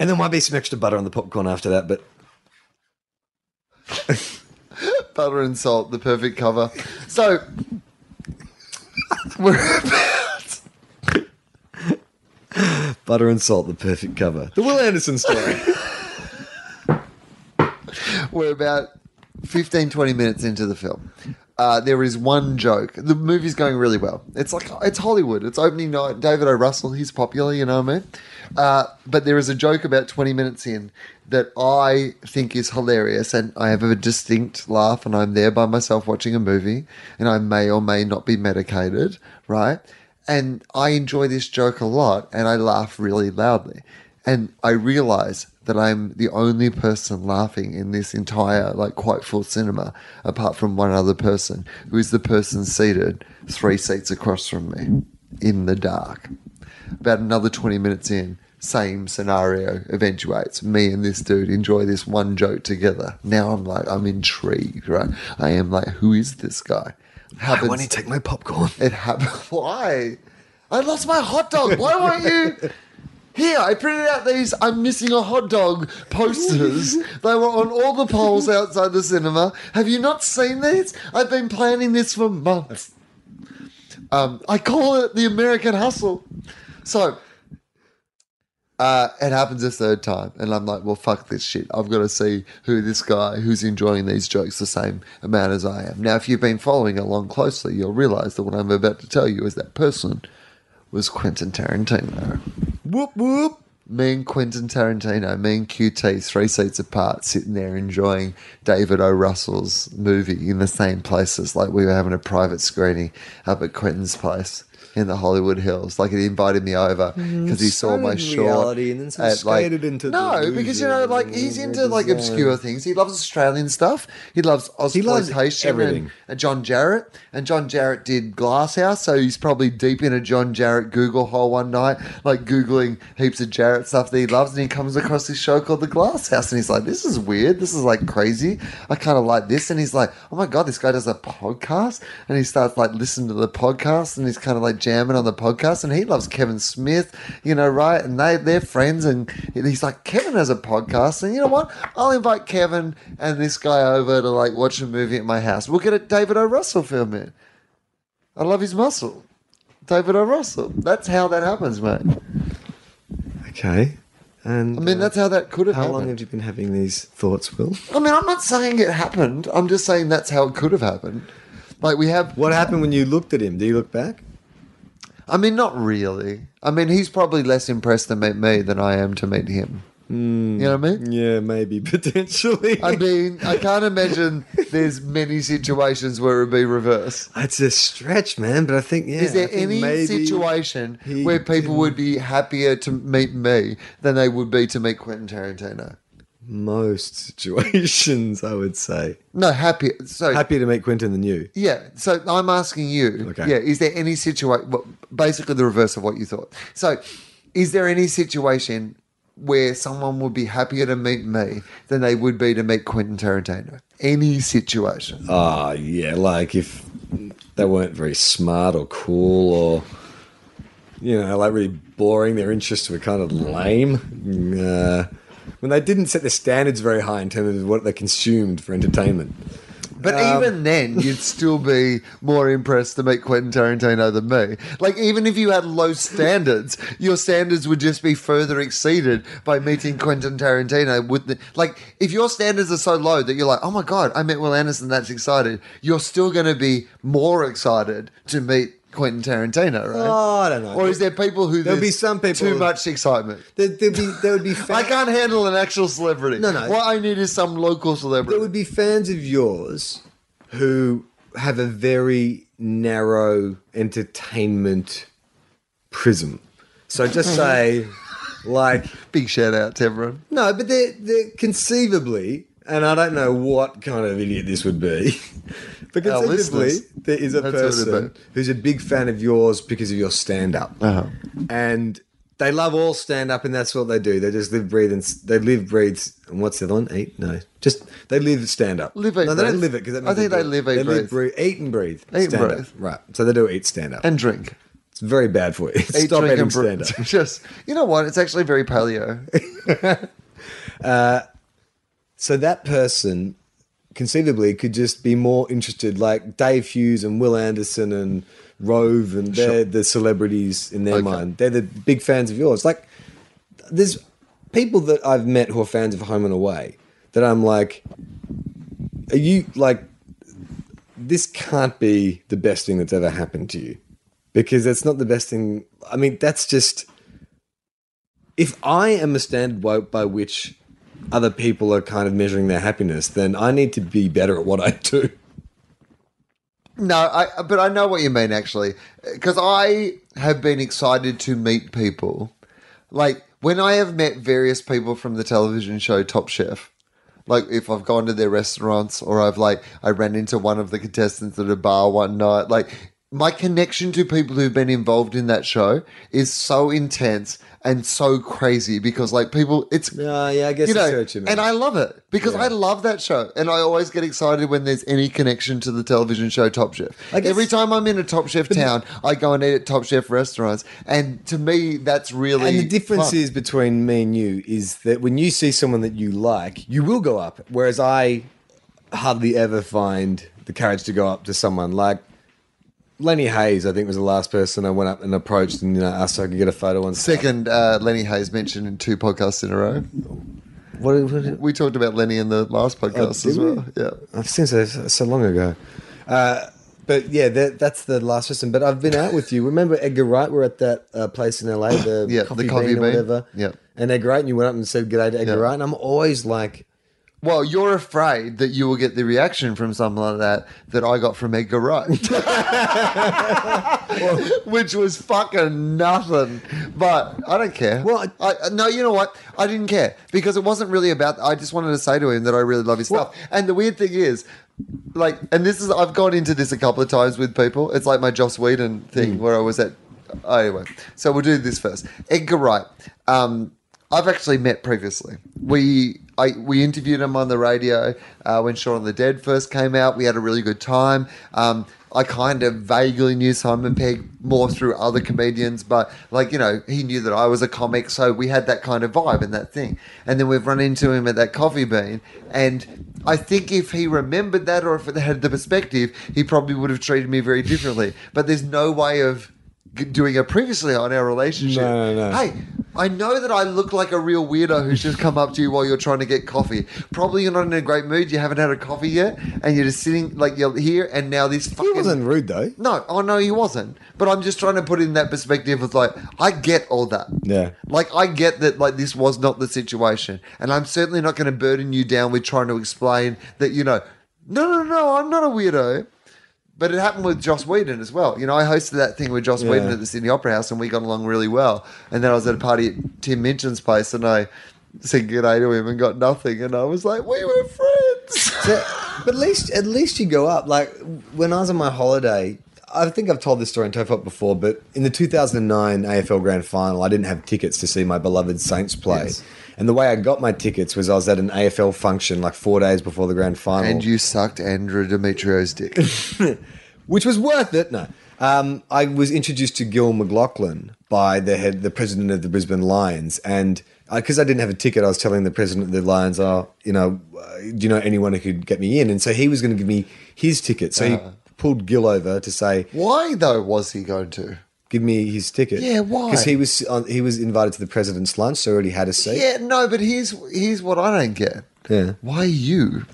And there might be some extra butter on the popcorn after that, but butter and salt, the perfect cover. So we're butter and salt, the perfect cover. The Will Anderson story. we're about 15, 20 minutes into the film. Uh, there is one joke. The movie's going really well. It's like it's Hollywood. It's opening night. David O. Russell. He's popular. You know what I mean. Uh, but there is a joke about twenty minutes in that I think is hilarious, and I have a distinct laugh. And I'm there by myself watching a movie, and I may or may not be medicated, right? And I enjoy this joke a lot, and I laugh really loudly. And I realize that I'm the only person laughing in this entire, like, quite full cinema, apart from one other person, who is the person seated three seats across from me in the dark. About another 20 minutes in, same scenario eventuates. Me and this dude enjoy this one joke together. Now I'm like, I'm intrigued, right? I am like, who is this guy? Why Happens- won't he take my popcorn? it happened. Why? I lost my hot dog. Why weren't you? Here, I printed out these I'm missing a hot dog posters. they were on all the poles outside the cinema. Have you not seen these? I've been planning this for months. Um, I call it the American hustle. So uh, it happens a third time, and I'm like, well, fuck this shit. I've got to see who this guy who's enjoying these jokes the same amount as I am. Now, if you've been following along closely, you'll realize that what I'm about to tell you is that person was Quentin Tarantino. Whoop whoop. Me and Quentin Tarantino, me and QT, three seats apart, sitting there enjoying David O. Russell's movie in the same places. Like we were having a private screening up at Quentin's place in the Hollywood Hills. Like he invited me over because he saw my in short. Mm-hmm. reality and then sort of at, like- skated into the no, because you know, loser like and he's then into like design. obscure things. He loves Australian stuff. He loves Australian loves exploitation everything. and, and John Jarrett. And John Jarrett did Glasshouse, so he's probably deep in a John Jarrett Google hole one night, like Googling heaps of Jarrett stuff that he loves. And he comes across this show called The Glasshouse, and he's like, This is weird. This is like crazy. I kind of like this. And he's like, Oh my God, this guy does a podcast. And he starts like listening to the podcast, and he's kind of like jamming on the podcast. And he loves Kevin Smith, you know, right? And they, they're friends. And he's like, Kevin has a podcast. And you know what? I'll invite Kevin and this guy over to like watch a movie at my house. We'll get a David O. Russell film in. I love his muscle. David O. Russell. That's how that happens, mate. Okay. And I mean, that's how that could have how happened. long have you been having these thoughts, Will? I mean, I'm not saying it happened. I'm just saying that's how it could have happened. Like, we have. What happened when you looked at him? Do you look back? I mean, not really. I mean, he's probably less impressed to meet me than I am to meet him. Hmm. You know what I mean? Yeah, maybe potentially. I mean, I can't imagine there's many situations where it would be reverse. it's a stretch, man. But I think yeah. Is there I think any maybe- situation he where people would be happier to meet me than they would be to meet Quentin Tarantino? Most situations, I would say. No, happier. So Happier to meet Quentin than you. Yeah. So I'm asking you. Okay. Yeah. Is there any situation? Well, basically, the reverse of what you thought. So, is there any situation where someone would be happier to meet me than they would be to meet Quentin Tarantino? Any situation? Ah, yeah, like if they weren't very smart or cool or you know, like really boring, their interests were kind of lame. Uh, when they didn't set the standards very high in terms of what they consumed for entertainment. But Um, even then, you'd still be more impressed to meet Quentin Tarantino than me. Like, even if you had low standards, your standards would just be further exceeded by meeting Quentin Tarantino. With the, like, if your standards are so low that you're like, oh my God, I met Will Anderson, that's excited, you're still going to be more excited to meet Quentin Tarantino, right? Oh, I don't know. or is there people who There'll be there's some people- too much excitement? there, there'd be there would be I fans, can't handle an actual celebrity. No, no. What I need is some local celebrity. there would be fans of yours who have a very narrow entertainment prism. So just say like Big shout out to everyone. No, but they're, they're conceivably, and I don't know what kind of idiot this would be, but Our conceivably, listeners. there is a That's what it'd person be. who's a big fan of yours because of your stand up. Uh-huh. And they love all stand up, and that's what they do. They just live, breathe, and s- they live, breathe. s- And what's the other one? Eat? No. Just they live stand up. Live, eat, No, they don't breathe. live it because that I means think they do it. live, eat, they breathe. live, breathe. Eat and breathe. Eat and stand-up. breathe. Right. So they do eat stand up. And drink. it's very bad for you. Eat, Stop drink, eating and brew- stand up. Just you know what? It's actually very paleo. So that person conceivably could just be more interested, like Dave Hughes and Will Anderson and Rove, and they're the celebrities in their Okay. mind. They're the big fans of yours. Like, there's people that I've met who are fans of Home and Away that I'm like, are you like, this can't be the best thing that's ever happened to you because that's not the best thing. I mean, that's just if I am a standard by, by which other people are kind of measuring their happiness, then I need to be better at what I do. No, I but I know what you mean actually, because I have been excited to meet people. Like when I have met various people from the television show Top Chef, like if I've gone to their restaurants or I've like I ran into one of the contestants at a bar one night, like my connection to people who've been involved in that show is so intense and so crazy because like people it's Yeah, yeah, I guess you I know, see what you mean. and I love it because I love that show, and I always get excited when there's any connection to the television show Top Chef. I guess- Every time I'm in a Top Chef town, I go and eat at Top Chef restaurants, and to me, that's really and the difference fun. is between me and you is that when you see someone that you like, you will go up. Whereas I hardly ever find the courage to go up to someone like Lenny Hayes. I think was the last person I went up and approached and you know asked if I could get a photo on. Second, uh, Lenny Hayes mentioned in two podcasts in a row. What, what, We talked about Lenny in the last podcast Oh, did as we? well. Yeah, I've seen so so long ago. Uh, But yeah, that, that's the last person. But I've been out with you. Remember Edgar Wright? We're at that uh, place in LA, the Yeah, the coffee, coffee bean, or bean. whatever. Yeah. And Edgar Wright, and you went up and said good day to Edgar Yeah. Wright, and I'm always like, Well, you're afraid that you will get the reaction from someone like that that I got from Edgar Wright, which was fucking nothing. But I don't care. Well, I, I- no, you know what? I didn't care because it wasn't really about. I just wanted to say to him that I really love his stuff. And the weird thing is, like, and this is I've gone into this a couple of times with people. It's like my Joss Whedon thing where I was at. oh, anyway, so we'll do this first. Edgar Wright. Um, I've actually met previously. We I, we interviewed him on the radio uh, when Shaun of the Dead first came out. We had a really good time. Um, I kind of vaguely knew Simon Pegg more through other comedians, but like you know, he knew that I was a comic, so we had that kind of vibe and that thing. And then we've run into him at that coffee bean, and I think if he remembered that or if it had the perspective, he probably would have treated me very differently. But there's no way of g- doing a previously on our relationship. No, no, no. Hey, I know that I look like a real weirdo who's just come up to you while you're trying to get coffee. Probably you're not in a great mood. You haven't had a coffee yet, and you're just sitting like you're here. And now this he fucking wasn't rude though. no, oh no, he wasn't. But I'm just trying to put in that perspective of like, I get all that. Yeah. Like I get that like this was not the situation. And I'm certainly not going to burden you down with trying to explain that, you know, no, no, no, I'm not a weirdo. But it happened with Joss Whedon as well. You know, I hosted that thing with Joss Whedon at the Sydney Opera House and we got along really well. And then I was at a party at Tim Minchin's place and I said g'day to him and got nothing. And I was like, we were friends. So- but at least at least you go up. Like when I was on my holiday, I think I've told this story in Tofop before, but in the 2009 AFL Grand Final, I didn't have tickets to see my beloved Saints play. Yes. And the way I got my tickets was I was at an AFL function like four days before the grand final, and you sucked Andrew Demetrio's dick. which was worth it. No, um, I was introduced to Gil McLaughlin by the head, the president of the Brisbane Lions, and because I, didn't have a ticket, I was telling the president of the Lions, "Oh, you know, uh, do you know anyone who could get me in?" And so he was going to give me his ticket. So Uh-huh. he pulled Gil over to say, Why though was he going to? "Give me his ticket." Yeah, why? Because he was on, he was invited to the president's lunch, so he already had a seat. Yeah, no, but here's here's what I don't get. Yeah. Why you?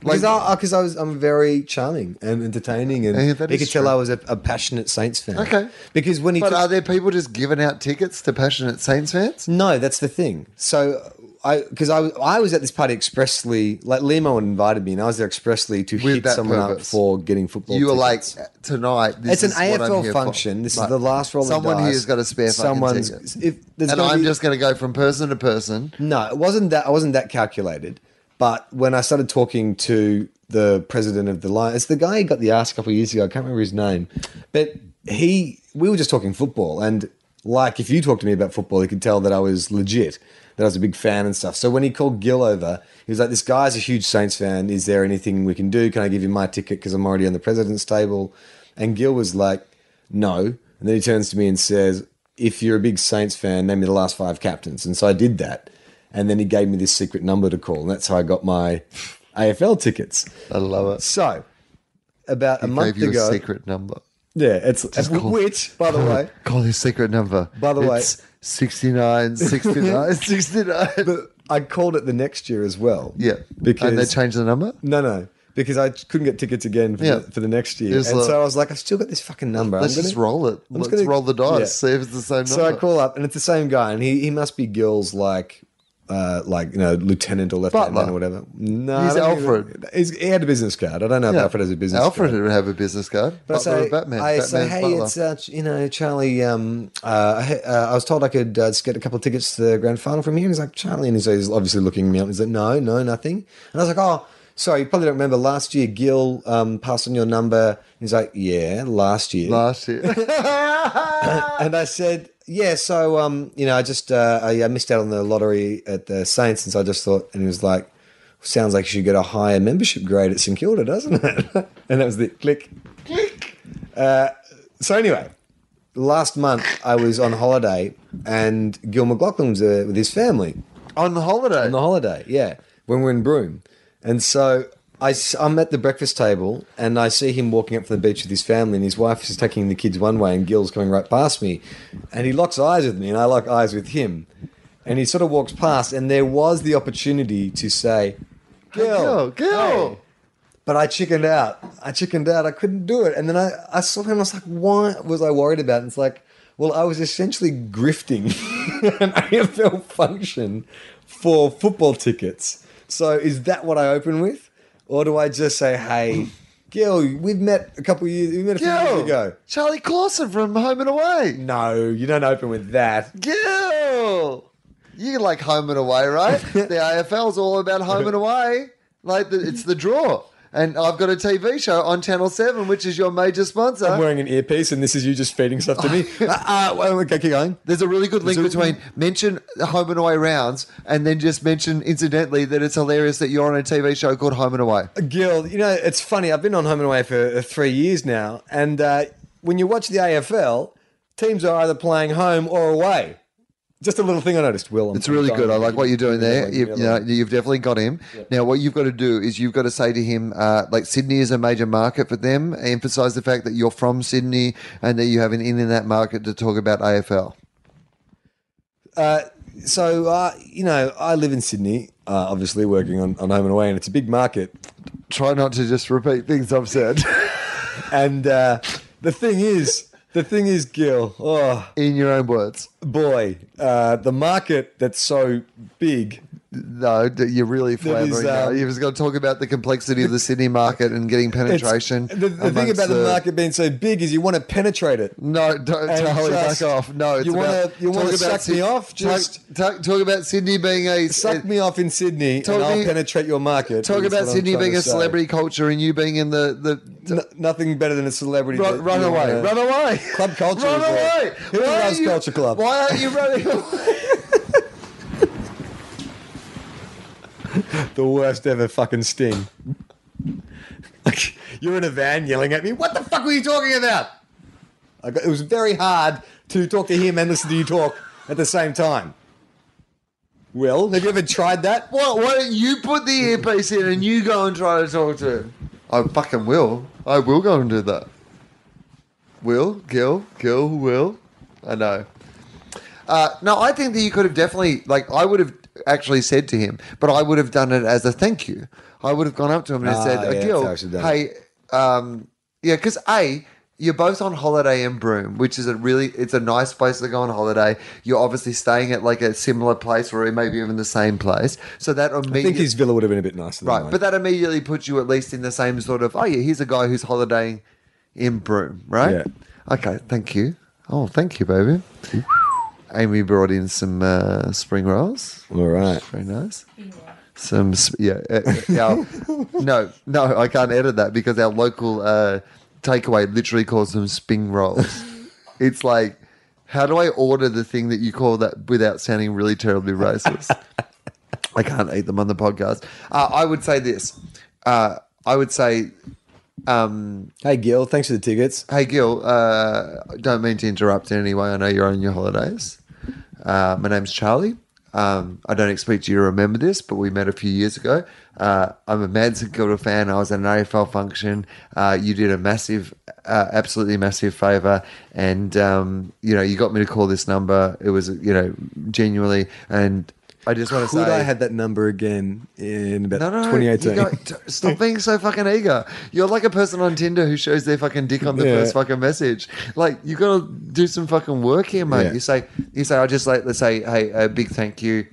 Because I, 'cause I was, I'm very charming and entertaining, and Yeah, he that could is tell true. I was a, a passionate Saints fan. Okay. because when he But took- are there people just giving out tickets to passionate Saints fans? No, that's the thing. So I because I was I was at this party expressly. Like Limo invited me, and I was there expressly to With hit that someone purpose. up for getting football. you were like tickets. tonight. This It's an is what I'm AFL here function. For. This Like, is the last roll. of Someone dice. here's got a spare Someone's fucking ticket. if there's and gonna I'm be- just going to go from person to person. no, it wasn't that. I wasn't that calculated. But when I started talking to the president of the Lions, it's the guy who got the ass a couple of years ago. I can't remember his name, but he. We were just talking football, and like if you talked to me about football, he could tell that I was legit, that I was a big fan and stuff. So when he called Gil over, he was like, "This guy's a huge Saints fan. Is there anything we can do? Can I give you my ticket because I'm already on the president's table?" And Gil was like, "No." And then he turns to me and says, "If you're a big Saints fan, name me the last five captains." And so I did that. And then he gave me this secret number to call, and that's how I got my AFL tickets. I love it. So, about a month Gave you ago, a secret number. yeah, it's which, by the way, Call his secret number. By the way- it's 69, 69, 69. but I called it the next year as well. yeah. because and they changed the number? no, no, because I couldn't get tickets again for, Yeah. the, for the next year, It was and like- so I was like, I've still got this fucking number. I'm Let's gonna- just roll it. I'm Let's just gonna- roll the dice. Yeah. See if it's the same So number. I call up, and it's the same guy, and he, he must be Gil's like, uh, like you know, lieutenant or lieutenant Butler. or whatever. No, I He's don't even- Alfred. he's, he had a business card. I don't know if Alfred has a business. Alfred card. would have a business card. But I Butler say, of Batman. I Batman's say, hey, butler. it's uh, you know Charlie. Um, uh, I, he- uh, I was told I could uh, just get a couple of tickets to the grand final from here. And he's like Charlie, and he's, he's obviously looking me up. He's like, no, no, nothing. And I was like, oh, sorry, you probably don't remember. Last year, Gil um, passed on your number. He's like, yeah, last year. last year. and I said, yeah, so um, you know, I just uh, I, I missed out on the lottery at the Saints, and so I just thought, and he was like, sounds like you should get a higher membership grade at St Kilda, doesn't it? and that was the click, click. Uh, so anyway, last month I was on holiday, and Gil McLaughlin was there with his family on the holiday. on the holiday. Yeah, when we're in Broome, and so. I, s- I'm at the breakfast table and I see him walking up from the beach with his family, and his wife is taking the kids one way, and Gil's coming right past me, and he locks eyes with me, and I lock eyes with him, and he sort of walks past, and there was the opportunity to say, Gil, "Gil, Gil. But I chickened out. I chickened out. I couldn't do it. And then I, I saw him. I was like, why was I worried about it? And it's like, well, I was essentially grifting an AFL function for football tickets. So is that what I open with? Or do I just say, hey, Gil, we've met a couple of years, we met a few years Gil, ago. Charlie Clausen from Home and Away. No, you don't open with that. Gil, you like Home and Away, right? the AFL's all about Home and Away. Like the, it's the draw. And I've got a TV show on Channel Seven, which is your major sponsor. I'm wearing an earpiece, and this is you just feeding stuff to me. uh, uh, well, okay, keep going. There's a really good link Is there- between mention home and away rounds and then just mention incidentally that it's hilarious that you're on a TV show called Home and Away. Gil, you know, it's funny. I've been on Home and Away for uh, three years now, and uh, when you watch the AFL, teams are either playing home or away. Just a little thing I noticed, Will. I'm- It's really I'm good. I dying. like what you're doing there. like, You, yeah, you know, you've definitely got him. Now, what you've got to do is you've got to say to him, uh, like Sydney is a major market for them. Emphasize the fact that you're from Sydney and that you have an in in that market to talk about AFL. So, uh, you know, I live in Sydney, uh, obviously working on, on Home and Away, and it's a big market. Try not to just repeat things I've said And uh, the thing is, the thing is, Gil, oh in your own words. boy, uh, the market that's so big. No, d- you're really There is, flavouring. now. um, You've just got to talk about the complexity of the Sydney market and getting it's- penetration. The, the thing amongst about the market being so big is you want to penetrate it. No, don't, And Charlie, just- back off. No, it's you wanna- about- you wanna talk about suck Syd- me off? talk- Just- talk, talk about Sydney being a Suck me off in Sydney, Talk and I'll me- penetrate your market. Talk That's about what I'm Sydney trying being to a say. celebrity culture and you being in the the N- nothing better than a celebrity. run, that run you away, wanna- run away, Club culture run is there. away. Who Why loves are you- culture club? Why aren't you running? away? The worst ever fucking sting. Like, You're in a van yelling at me. What the fuck were you talking about? I got, it was very hard to talk to him and listen to you talk at the same time. Will, have you ever tried that? Why, why don't you put the earpiece in and you go and try to talk to him? I fucking will. I will go and do that. Will, Gil, Gil, Will. I know. Uh, no, I think that you could have definitely, like, I would have actually said to him, but I would have done it as a thank you. I would have gone up to him and Ah, said, yeah, that's how I uh, should Gil, have done hey, um, yeah, because A, you're both on holiday in Broome, which is a really, it's a nice place to go on holiday. You're obviously staying at like a similar place or maybe even the same place. So that immediately. I think his villa would have been a bit nicer. Than Right, mine. but that immediately puts you at least in the same sort of oh yeah, here's a guy who's holidaying in Broome, right? Yeah. Okay, thank you. Oh, thank you, baby. Amy brought in some uh, spring rolls. all right. Very nice. Some sp- yeah, uh, our, no, no, I can't edit that because our local uh, takeaway literally calls them spring rolls. it's like, how do I order the thing that you call that without sounding really terribly racist? I can't eat them on the podcast. Uh, I would say this. Uh, I would say, um, Hey, Gil, thanks for the tickets. hey Gil, uh, don't mean to interrupt in any way. I know you're on your holidays. Uh, my name's Charlie. Um, I don't expect you to remember this, but we met a few years ago. Uh, I'm a Mad St Kilda fan. I was at an AFL function. Uh, you did a massive, uh, absolutely massive favour, and um, you know you got me to call this number. It was you know genuinely, and I just want to Could say I have that number again in about no, no, you 2018? got- t- stop being so fucking eager. You're like a person on Tinder who shows their fucking dick on the Yeah. first fucking message. Like you got to do some fucking work here, mate. Yeah. You say, you say, I just like let's say, hey, a big thank you.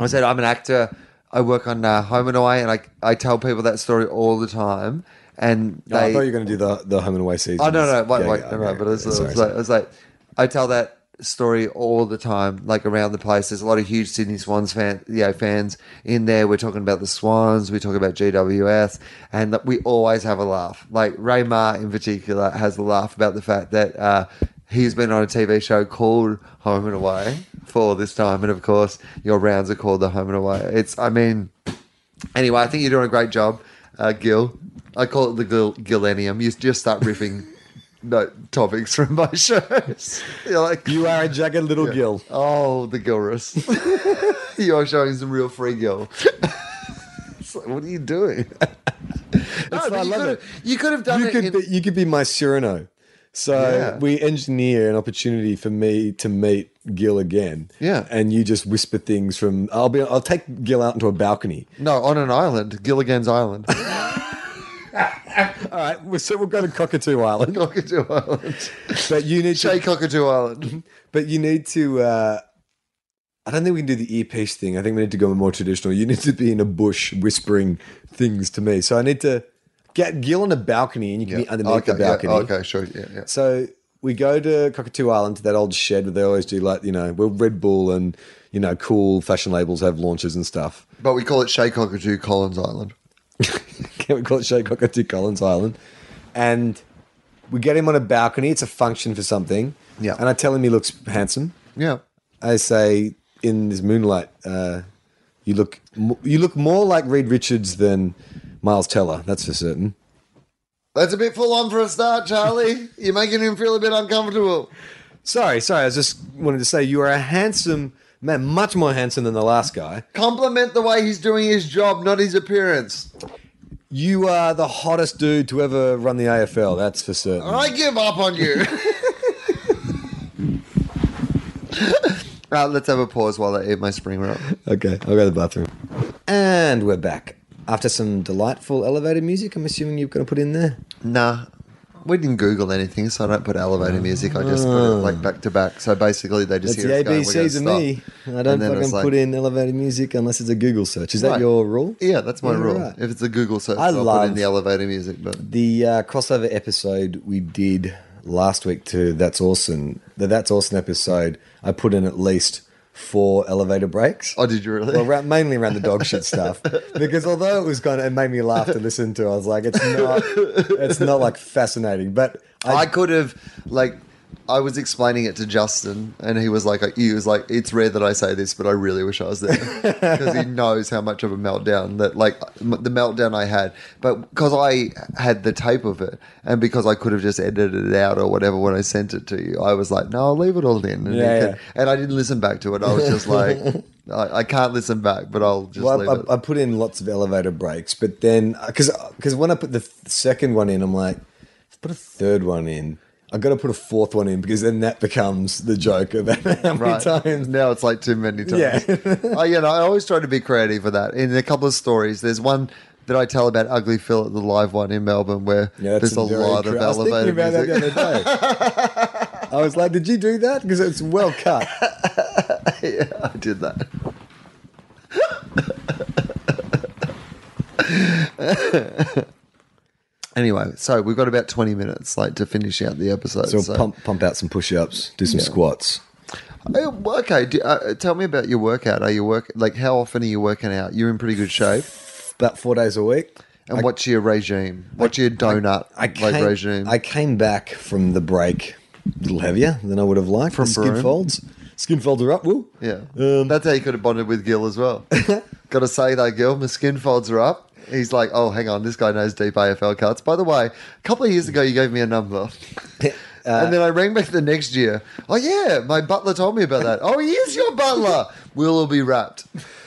I said, I'm an actor. I work on uh, Home and Away, and I I tell people that story all the time, and No, Oh, I they. thought you were going to do the, the home and away season. Oh no, no, wait, wait, no, no, okay. but it's, Sorry, it's like, sorry. it's like I tell that story all the time, like around the place. There's a lot of huge Sydney Swans fan, you know, fans in there. We're talking about the Swans, we talk about GWS, and that we always have a laugh. Like Ray Ma in particular has a laugh about the fact that uh, he's been on a TV show called Home and Away for this time, and of course your rounds are called the Home and Away. It's, I mean. Anyway, I think you're doing a great job, uh, Gil. I call it the Gil- Gillennium. You just start ripping no, topics from my shows. You're like, You are a jagged little Gil. oh, the Gilrus. you're showing some real free Gil. it's like, what are you doing? no, but I you love could have, it. you could have done You it. could in- be, you could be my Cyrano. So Yeah. we engineer an opportunity for me to meet Gil again. Yeah. and you just whisper things from. I'll be. I'll take Gil out into a balcony. no, on an island, Gilligan's Island. All right, we'll, so we'll go to Cockatoo Island, Cockatoo Island. but you need to, Shake Cockatoo Island. but you need to. Uh, I don't think we can do the earpiece thing. I think we need to go more traditional. You need to be in a bush whispering things to me. So I need to get Gil on a balcony, and you can be underneath okay, the balcony. Yeah, okay, sure. Yeah, yeah. So we go to Cockatoo Island to that old shed where they always do like you know where Red Bull and you know cool fashion labels have launches and stuff. But we call it Shake Cockatoo Collins Island. Can we call it Shea Cockatoo Collins Island? And we get him on a balcony. It's a function for something. Yeah. And I tell him he looks handsome. Yeah. I say in this moonlight, uh, you look mo- you look more like Reed Richards than Miles Teller. That's for certain. That's a bit full on for a start, Charlie. You're making him feel a bit uncomfortable. Sorry, sorry. I was just wanted to say you are a handsome man, much more handsome than the last guy. Compliment the way he's doing his job, not his appearance. You are the hottest dude to ever run the AFL. That's for certain. I give up on you. uh, let's have a pause while I eat my spring roll. Okay, I'll go to the bathroom. And we're back. After some delightful elevator music, I'm assuming you've got to put in there. Nah. We didn't Google anything, so I don't put elevator music. I just put it like back to back. So basically, they just That's the hear us going, we're ABCs of gonna me. stop. I don't And then fucking it's like- put in elevator music unless it's a Google search. Is that Right. your rule? Yeah, that's my Yeah, rule. right. If it's a Google search, I I will put love- in the elevator music. But The uh, crossover episode we did last week to That's Awesome, the That's Awesome episode, I put in at least four elevator breaks. oh, did you really? Well, ra- mainly around the dog shit stuff, because although it was kind of, it made me laugh to listen to. I was like, it's not, it's not like fascinating, but I I, could have like I was explaining it to Justin, and he was like, he was like, it's rare that I say this, but I really wish I was there because he knows how much of a meltdown that like m- the meltdown I had. But because I had the tape of it, and because I could have just edited it out or whatever when I sent it to you, I was like, no, I'll leave it all in, and, he Yeah, can- yeah. and I didn't listen back to it. I was just like, I, I can't listen back, but I'll just leave well, it. I, I put in lots of elevator breaks, but then because because when I put the th- second one in, I'm like, put a third one in. I got to put a fourth one in because then that becomes the joke of how many Right. times Now it's like too many times. Yeah. I, you know, I always try to be creative with that. In a couple of stories, there's one that I tell about Ugly Phil at the live one in Melbourne where there's a, very lot cra- of elevator I was thinking music. about that the other day. I was like, did you do that? Because it's well cut. I did that. anyway, so we've got about 20 minutes like to finish out the episode. So, so- pump pump out some push ups, do some squats. Uh, okay, do, uh, tell me about your workout. Are you work like how often are you working out? You're in pretty good shape. About four days a week. And what's your regime? What's your donut I came, like regime? I came back from the break a little heavier than I would have liked. From the skin Broome? folds. Skin folds are up. Woo. yeah, Um, that's how you could have bonded with Gil as well. Got to say though, Gil, my skin folds are up. He's like, oh, hang on, this guy knows deep AFL cuts. By the way, a couple of years ago, you gave me a number. Uh, and then I rang back the next year. Oh yeah, my butler told me about that. oh, he is your butler. We'll all be wrapped.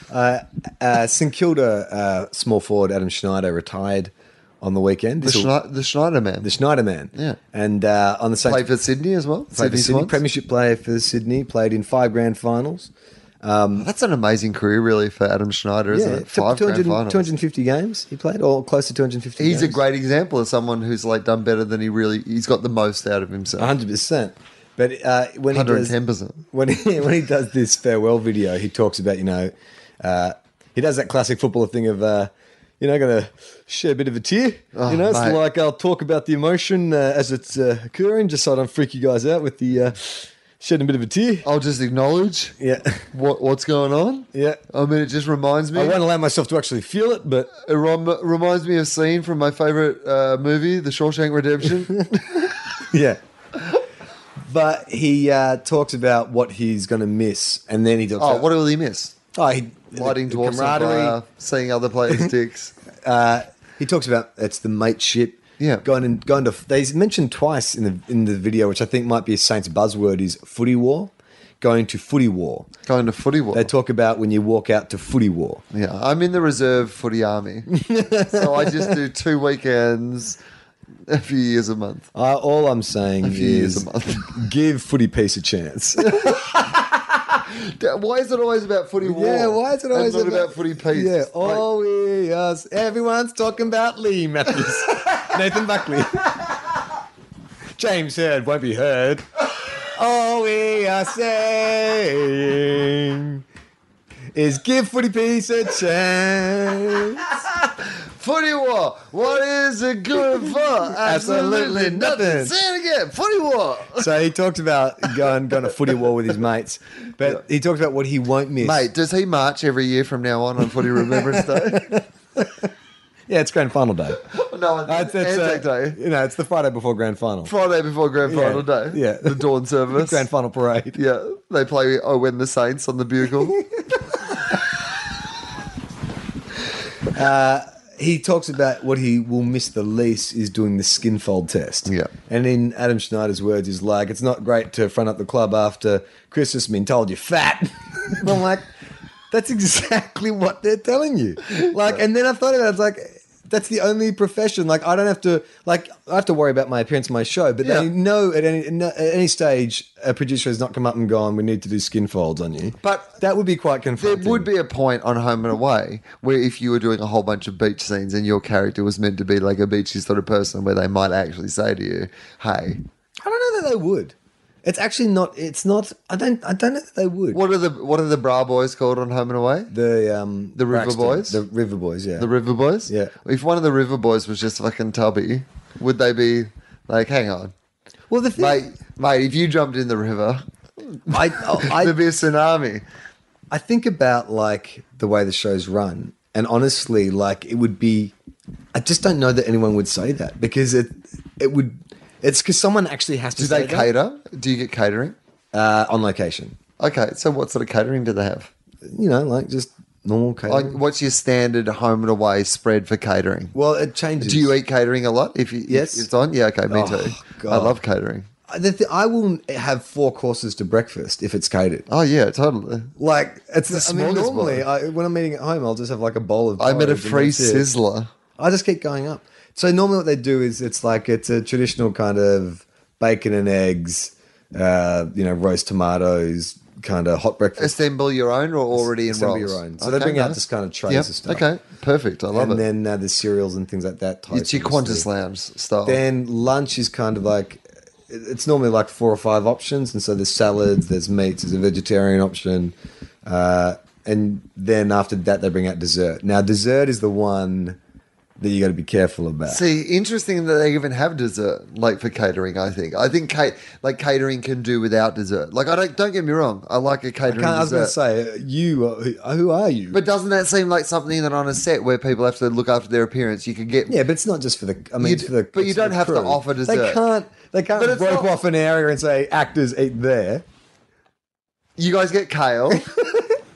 Uh, St Kilda uh, small forward Adam Schneider retired on the weekend. The, This'll- Schneider, the Schneider man the Schneider man. Yeah. And uh, on the same played for Sydney as well. played for Sydney, Swans. premiership player for Sydney, played in five grand finals. That's an amazing career, really, for Adam Schneider, isn't it? t- Five grand 200 finals. 250 games he played, or close to 250 He's a games. great example of someone who's like done better than he really. He's got the most out of Uh-huh. himself. 100%. But uh, when he does- 110%. when he, when he does this farewell video, he talks about you know, uh, he does that classic footballer thing of uh, you know, gonna shed a bit of a tear. Oh, you know, it's mate. like I'll talk about the emotion uh, as it's uh, occurring, just so I don't freak you guys out with the uh, shedding a bit of a tear. I'll just acknowledge Yeah, what what's going on. yeah. I mean, it just reminds me. I won't allow myself to actually feel it, but it rem- reminds me of a scene from my favorite uh, movie, The Shawshank Redemption. yeah. But he uh, talks about what he's going to miss, and then he talks oh, about what will he miss? oh, he, Lighting the dwarfs on fire, seeing other players' dicks. uh, He talks about it's the mateship. Yeah. going and going to. They mentioned twice in the in the video, which I think might be a Saints buzzword, is footy war. Going to footy war. Going to footy war. They talk about when you walk out to footy war. yeah, I'm in the reserve footy army, so I just do two weekends, a few years a month. Uh, all I'm saying few years is a month. give footy piece a chance. Why is it always about footy war? Yeah, why is it and always not about, footy peace? Yeah, Like, all we are, everyone's talking about Lee Matthews, Nathan Buckley, James Heard won't be heard. All we are saying is give footy peace a chance. footy war. What is it good for? Absolutely nothing. Say it again. Footy war. So he talked about going going to footy war with his mates, but he talked about what he won't miss. Mate, does he march every year from now on on Footy Remembrance Day? Yeah, it's grand final day. no, it's, That's, that's, uh, Anzac Day. You know, it's the Friday before grand final. Friday before grand Yeah, final day. yeah. The dawn service. Grand final parade. yeah. They play Oh When the Saints on the bugle. He talks about what he will miss the least is doing the skin fold test. Yeah. And in Adam Schneider's words, he's like, it's not great to front up the club after Christmas been told you're fat. And I'm like, that's exactly what they're telling you. Like, and then I thought about it, it's like, that's the only profession. Like, I don't have to, like, I have to worry about my appearance in my show, but Yeah. they know at any, no, at any stage, a producer has not come up and gone, we need to do skin folds on you. But that would be quite There confronting. would be a point on Home and Away where if you were doing a whole bunch of beach scenes and your character was meant to be like a beachy sort of person where they might actually say to you, Hey, I don't know that they would. It's actually not. It's not. I don't. I don't know that they would. what are the what are the bra boys called on Home and Away? the um The River Boys? The River Boys. Yeah. The River Boys? Yeah. If one of the River Boys was just fucking tubby, would they be like, hang on, well, the thing. mate, mate, if you jumped in the river, I, there'd I be a tsunami. I think about like the way the shows run, and honestly, like it would be. I just don't know that anyone would say that because it it would. It's because someone actually has to. Do they say that, cater? Do you get catering? uh, on location? Okay, so what sort of catering do they have? You know, like just normal Like, catering. what's your standard home and away spread for catering? well, it changes. Do you eat catering a lot? If you, if Yes. it's on. Yeah, okay, me Oh, too. I God. love catering. The thi- I will have four courses to breakfast if it's catered. Oh yeah, totally. Like it's It's I a mean, smorgasbord. normally I, when I'm eating at home, I'll just have like a bowl of. I'm at a porridge and free that's it. sizzler. I just keep going up. So normally what they do is it's like it's a traditional kind of bacon and eggs, uh, you know, roast tomatoes, kind of hot breakfast. Assemble your own or already in Assemble rolls? your own. So they bring out this kind of trays Yep. of stuff. Okay, perfect. I love and it. then uh, the cereals and things like that. Toast, it's your obviously. Qantas Lounge style. Then lunch is kind of like it- it's normally like four or five options, and so there's salads, there's meats, there's a vegetarian option, uh, and then after that they bring out dessert. Now dessert is the one that you got to be careful about. See, interesting that they even have dessert, like for catering. I think. I think ca- like catering can do without dessert. Like I don't. Don't get me wrong. I like a catering Can't, I was dessert. going to say you, are- uh, who- who are you? but doesn't that seem like something that on a set where people have to look after their appearance, you could get yeah, but it's not just for the. I mean, You it's d- for the. but you it's for don't the have to crew. offer dessert. They can't. They But it's can't rope not- off an area and say actors eat there. You guys get kale.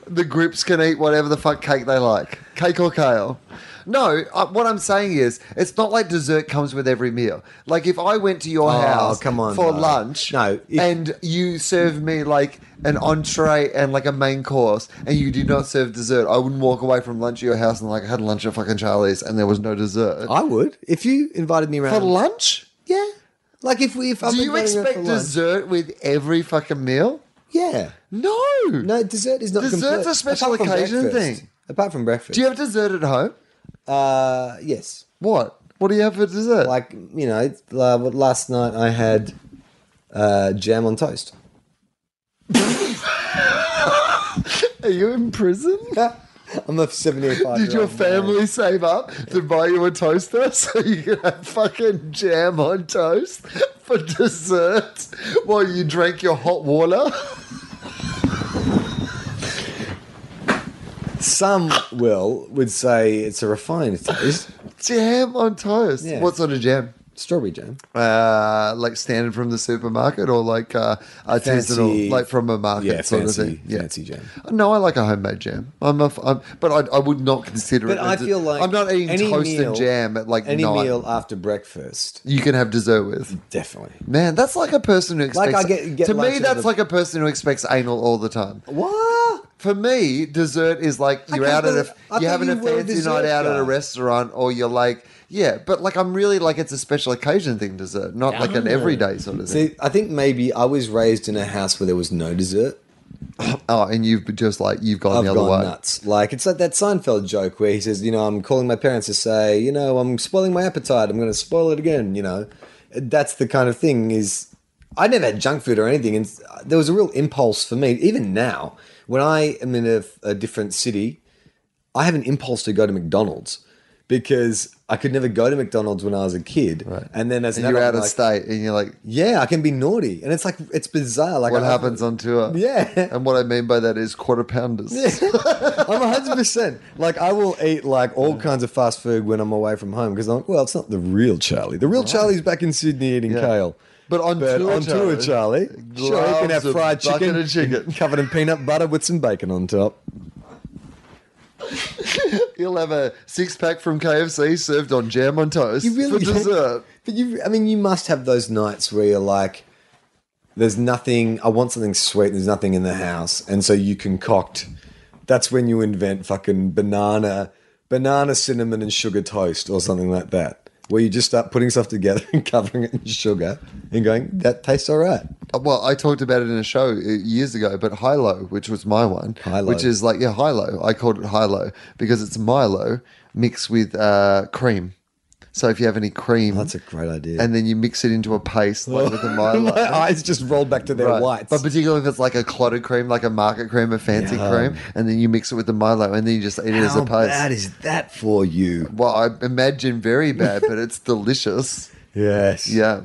the grips can eat whatever the fuck cake they like. Cake or kale. No, I, what I'm saying is, it's not like dessert comes with every meal. Like if I went to your Oh, house come on, for no. lunch, No, if- and you served me like an entree and like a main course, and you did not serve dessert, I wouldn't walk away from lunch at your house and like I had lunch at fucking Charlie's and there was no dessert I would if you invited me for around. lunch. yeah, like if we. If I'm Do you inviting her for expect lunch- dessert with every fucking meal? Yeah. No. No, dessert is not. Dessert's complete. a special Apart from occasion breakfast. thing. Apart from breakfast, Do you have dessert at home? uh, yes. What? What do you have for dessert? Like you know, it's, uh, what- last night I had uh, jam on toast. are you in prison? I'm a 75. Did your family save up to buy you a toaster so you could have fucking jam on toast for dessert while you drank your hot water? Some will would say it's a refined taste, jam on toast. Yeah. What sort of jam? strawberry jam. Uh, like standard from the supermarket or like uh, artisanal, Fancy- like from a market Yeah, sort fancy, of thing. Yeah. fancy jam. No, I like a homemade jam. I'm, a, f- I'm but I, I would not consider But it. I as a- feel like I'm not eating any toast meal- and jam at like Any night. meal after breakfast, You can have dessert with. definitely. Man, that's like a person who Like, expects. I get- get to lunch me, at that's the- like a person who expects anal all the time. What? For me, dessert is like I you're can't out at believe- a I you're thought having you a were a fancy dessert night out at a guy. restaurant, or you're like, yeah, but like I'm really like it's a special occasion thing, dessert, not like an everyday sort of thing. See, I think maybe I was raised in a house where there was no dessert. Oh, and you've been just like you've gone I've the other gone way. nuts. Like it's like that Seinfeld joke where he says, you know, I'm calling my parents to say, you know, I'm spoiling my appetite. I'm going to spoil it again. You know, that's the kind of thing. Is I never had junk food or anything, and there was a real impulse for me. Even now, when I am in a, a different city, I have an impulse to go to McDonald's because I could never go to McDonald's when I was a kid. And then as an And you're out adult, I'm of like, state, and you're like, yeah, I can be naughty, and it's like it's bizarre. Like what I- happens on tour? Yeah. And what I mean by that is quarter pounders. I'm 100 percent like I will eat like all kinds of fast food when I'm away from home because I'm like, well, it's not the real Charlie. The real Charlie's back in Sydney eating Yeah. kale. But on tour, on tour, Charlie, sure, you can loves have a fried bucket chicken, of chicken. covered in peanut butter with some bacon on top. you'll have a six pack from KFC served on jam on toast You really for dessert. But you, I mean, you must have those nights where you're like, there's nothing. I want something sweet. There's nothing in the house, and so you concoct. That's when you invent fucking banana, banana, cinnamon, and sugar toast, or something like that, where you just start putting stuff together and covering it in sugar and going, that tastes all right. Well, I talked about it in a show uh, years ago, but High Low, which was my one, High Low. which is like yeah, High Low. I called it High Low because it's Milo mixed with uh, cream. So if you have any cream, That's a great idea. and then you mix it into a paste like with a Milo. my eyes just rolled back to their Right. whites. But particularly if it's like a clotted cream, like a market cream, a fancy cream, and then you mix it with the Milo, and then you just eat it as a how paste. bad is that for you? well, I imagine very bad, but it's delicious. Yes. Yeah.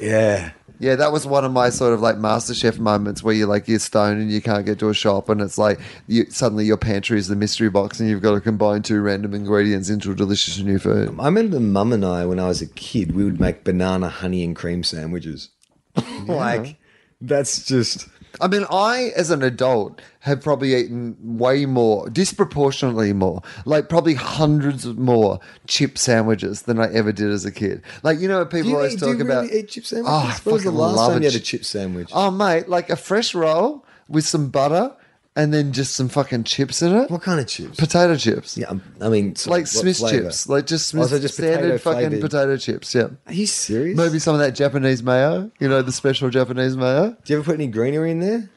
Yeah. Yeah, that was one of my sort of like MasterChef moments where you're like, you're stoned and you can't get to a shop, and it's like you, suddenly your pantry is the mystery box, and you've got to combine two random ingredients into a delicious new food. I remember mum and I, when I was a kid, we would make banana honey and cream sandwiches. like, that's just. I mean, I, as an adult, have probably eaten way more, disproportionately more, like probably hundreds of more chip sandwiches than I ever did as a kid. Like, you know, what people Do you, always eat- do talk you about. really eat chip sandwiches? Oh, I when was the fucking last love time a you had a chi- chip sandwich? Oh, mate, like a fresh roll with some butter and then just some fucking chips in it. what kind of chips? Potato chips. yeah, I'm- I mean, so Like what Smith's flavour? chips. Like just Oh, so Smith's just standard potato fucking flavoured. potato chips. Yeah. Are you serious? Maybe some of that Japanese mayo. You know, the special Japanese mayo. Do you ever put any greenery in there?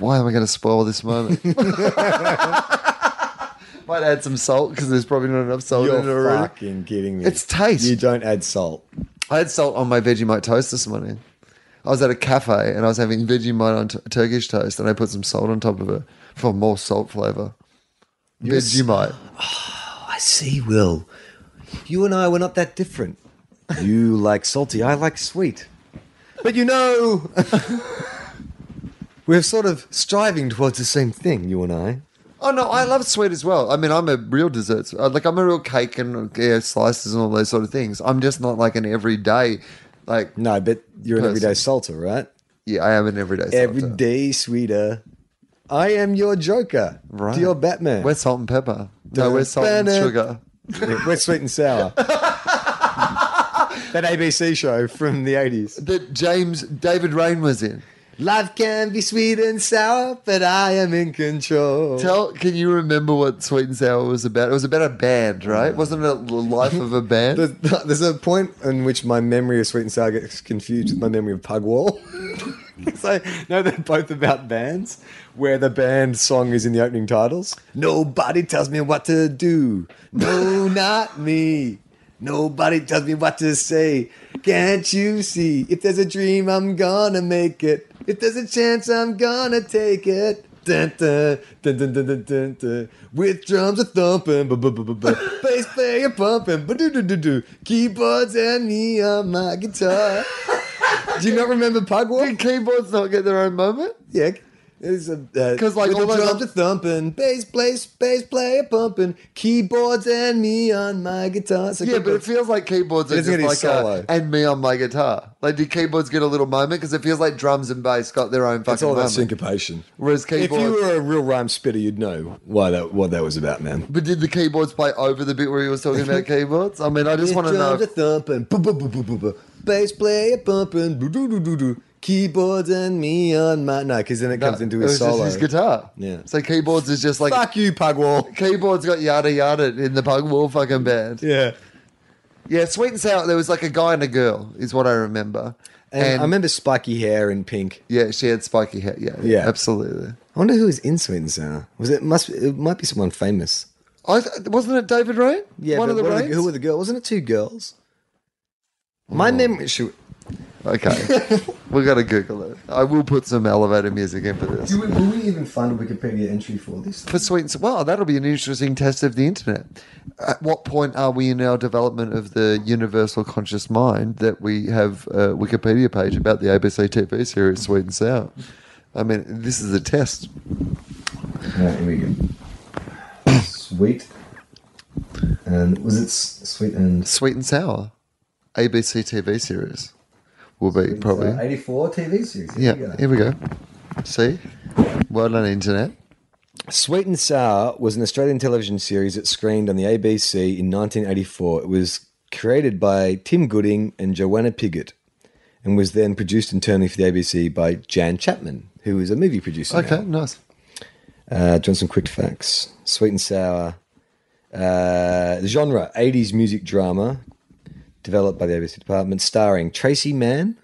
Why am I going to spoil this moment? Might add some salt because there's probably not enough salt in it You're already. fucking kidding me. It's taste. You don't add salt. I had salt on my Vegemite toast this morning. I was at a cafe and I was having Vegemite on t- Turkish toast, and I put some salt on top of it for more salt flavor. Vegemite. I see, Will. You and I were not that different. You like salty, I like sweet. But you know, we're sort of striving towards the same thing, you and I. Oh no, I love sweet as well. I mean, I'm a real desserts uh, like I'm a real cake and yeah, slices and all those sort of things. I'm just not like an everyday, like No, but you're an Person. everyday salter, right? yeah, I am an everyday. salter. Everyday sweeter. I am your Joker. Right. To your Batman. We're salt and pepper. No, we're salt and Ba-na. sugar. we're sweet and sour. that ABC show from the 80s. That James David Rain was in. Life can be sweet and sour, but I am in control. Tell, can you remember what Sweet and Sour was about? It was about a band, right? Wasn't it the life of a band? There's, there's a point in which my memory of Sweet and Sour gets confused with my memory of Pugwall. so, no, they're both about bands where the band song is in the opening titles. Nobody tells me what to do. No, not me. Nobody tells me what to say. Can't you see? If there's a dream, I'm gonna make it. If there's a chance, I'm gonna take it. Dun, dun, dun, dun, dun, dun, dun, dun. With drums a thumping, bu- bu- bu- bu- bu. bass player pumping, ba- do do do do, keyboards and me on my guitar. Do you not remember Pugwalk? Did keyboards not get their own moment? Yeah. Because uh, 'Cause, like, with all the those drums oth- are thumping, bass plays, bass player pumping, keyboards and me on my guitar. So Yeah, but it feels like keyboards It are doesn't just get like a, his solo. and me on my guitar. Like, did keyboards get a little moment? Because it feels like drums and bass got their own it's fucking all about moment. syncopation. Whereas If keyboards, you were a real rhyme spitter, you'd know why that what that was about, man. but did the keyboards play over the bit where he was talking about keyboards? I mean, I just With want to know. drums are thumping, bu- bu- bu- bu- bu- bu. bass player pumping, do do do do do, keyboards and me on my no, because then it comes into it his was solo. just his guitar. Yeah. So keyboards is just like Fuck you, Pugwall. keyboards got yada yada in the punk wall fucking band. Yeah. Yeah, sweet and sour. There was like a guy and a girl, is what I remember. And, And, I remember spiky hair and pink. yeah, she had spiky hair. Yeah, Yeah. absolutely. I I wonder who his insulins are. Was it must it might be someone famous? I th- wasn't it David Rain? Yeah, one but of the what are Rains. who were the girls? Wasn't it two girls? My memory. Should, okay, we're gonna Google it. I will put some elevator music in for this. we, will we even find a Wikipedia entry for this? for sweet and sour. Wow, that'll be an interesting test of the internet. At what point are we in our development of the universal conscious mind that we have a Wikipedia page about the ABC TV series Sweet and Sour? I mean, this is a test. here we go. Sweet. And was it sweet and Sweet and Sour, ABC TV series, will be probably. uh, eighty-four TV series? yeah, here we go. See? Well done, internet. Sweet and Sour was an Australian television series that screened on the ABC in 1984. It was created by Tim Gooding and Joanna Pigott and was then produced internally for the ABC by Jan Chapman, who is a movie producer. now. Okay, nice. Uh, doing some quick facts. Sweet and Sour. Uh, genre 80s music drama developed by the ABC department, starring Tracy Mann.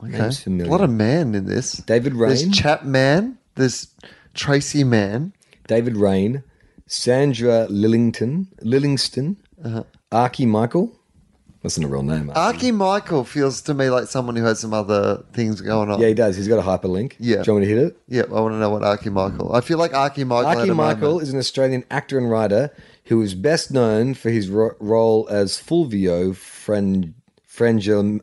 Okay. Name's A familiar. lot of man in this. David There's Rain. Chapman. There's Tracy Mann. David Rain, Sandra Lillington, Lillingston, Uh-huh. Archie Michael. That's not a real name. Archie. Archie Michael feels to me like someone who has some other things going on. yeah, he does. He's got a hyperlink. Yeah. Do you want me to hit it? Yeah, I want to know what Archie Michael. I feel like Archie Michael. had Archie a Michael moment. is an Australian actor and writer who is best known for his ro- role as Fulvio Fran- Frangem.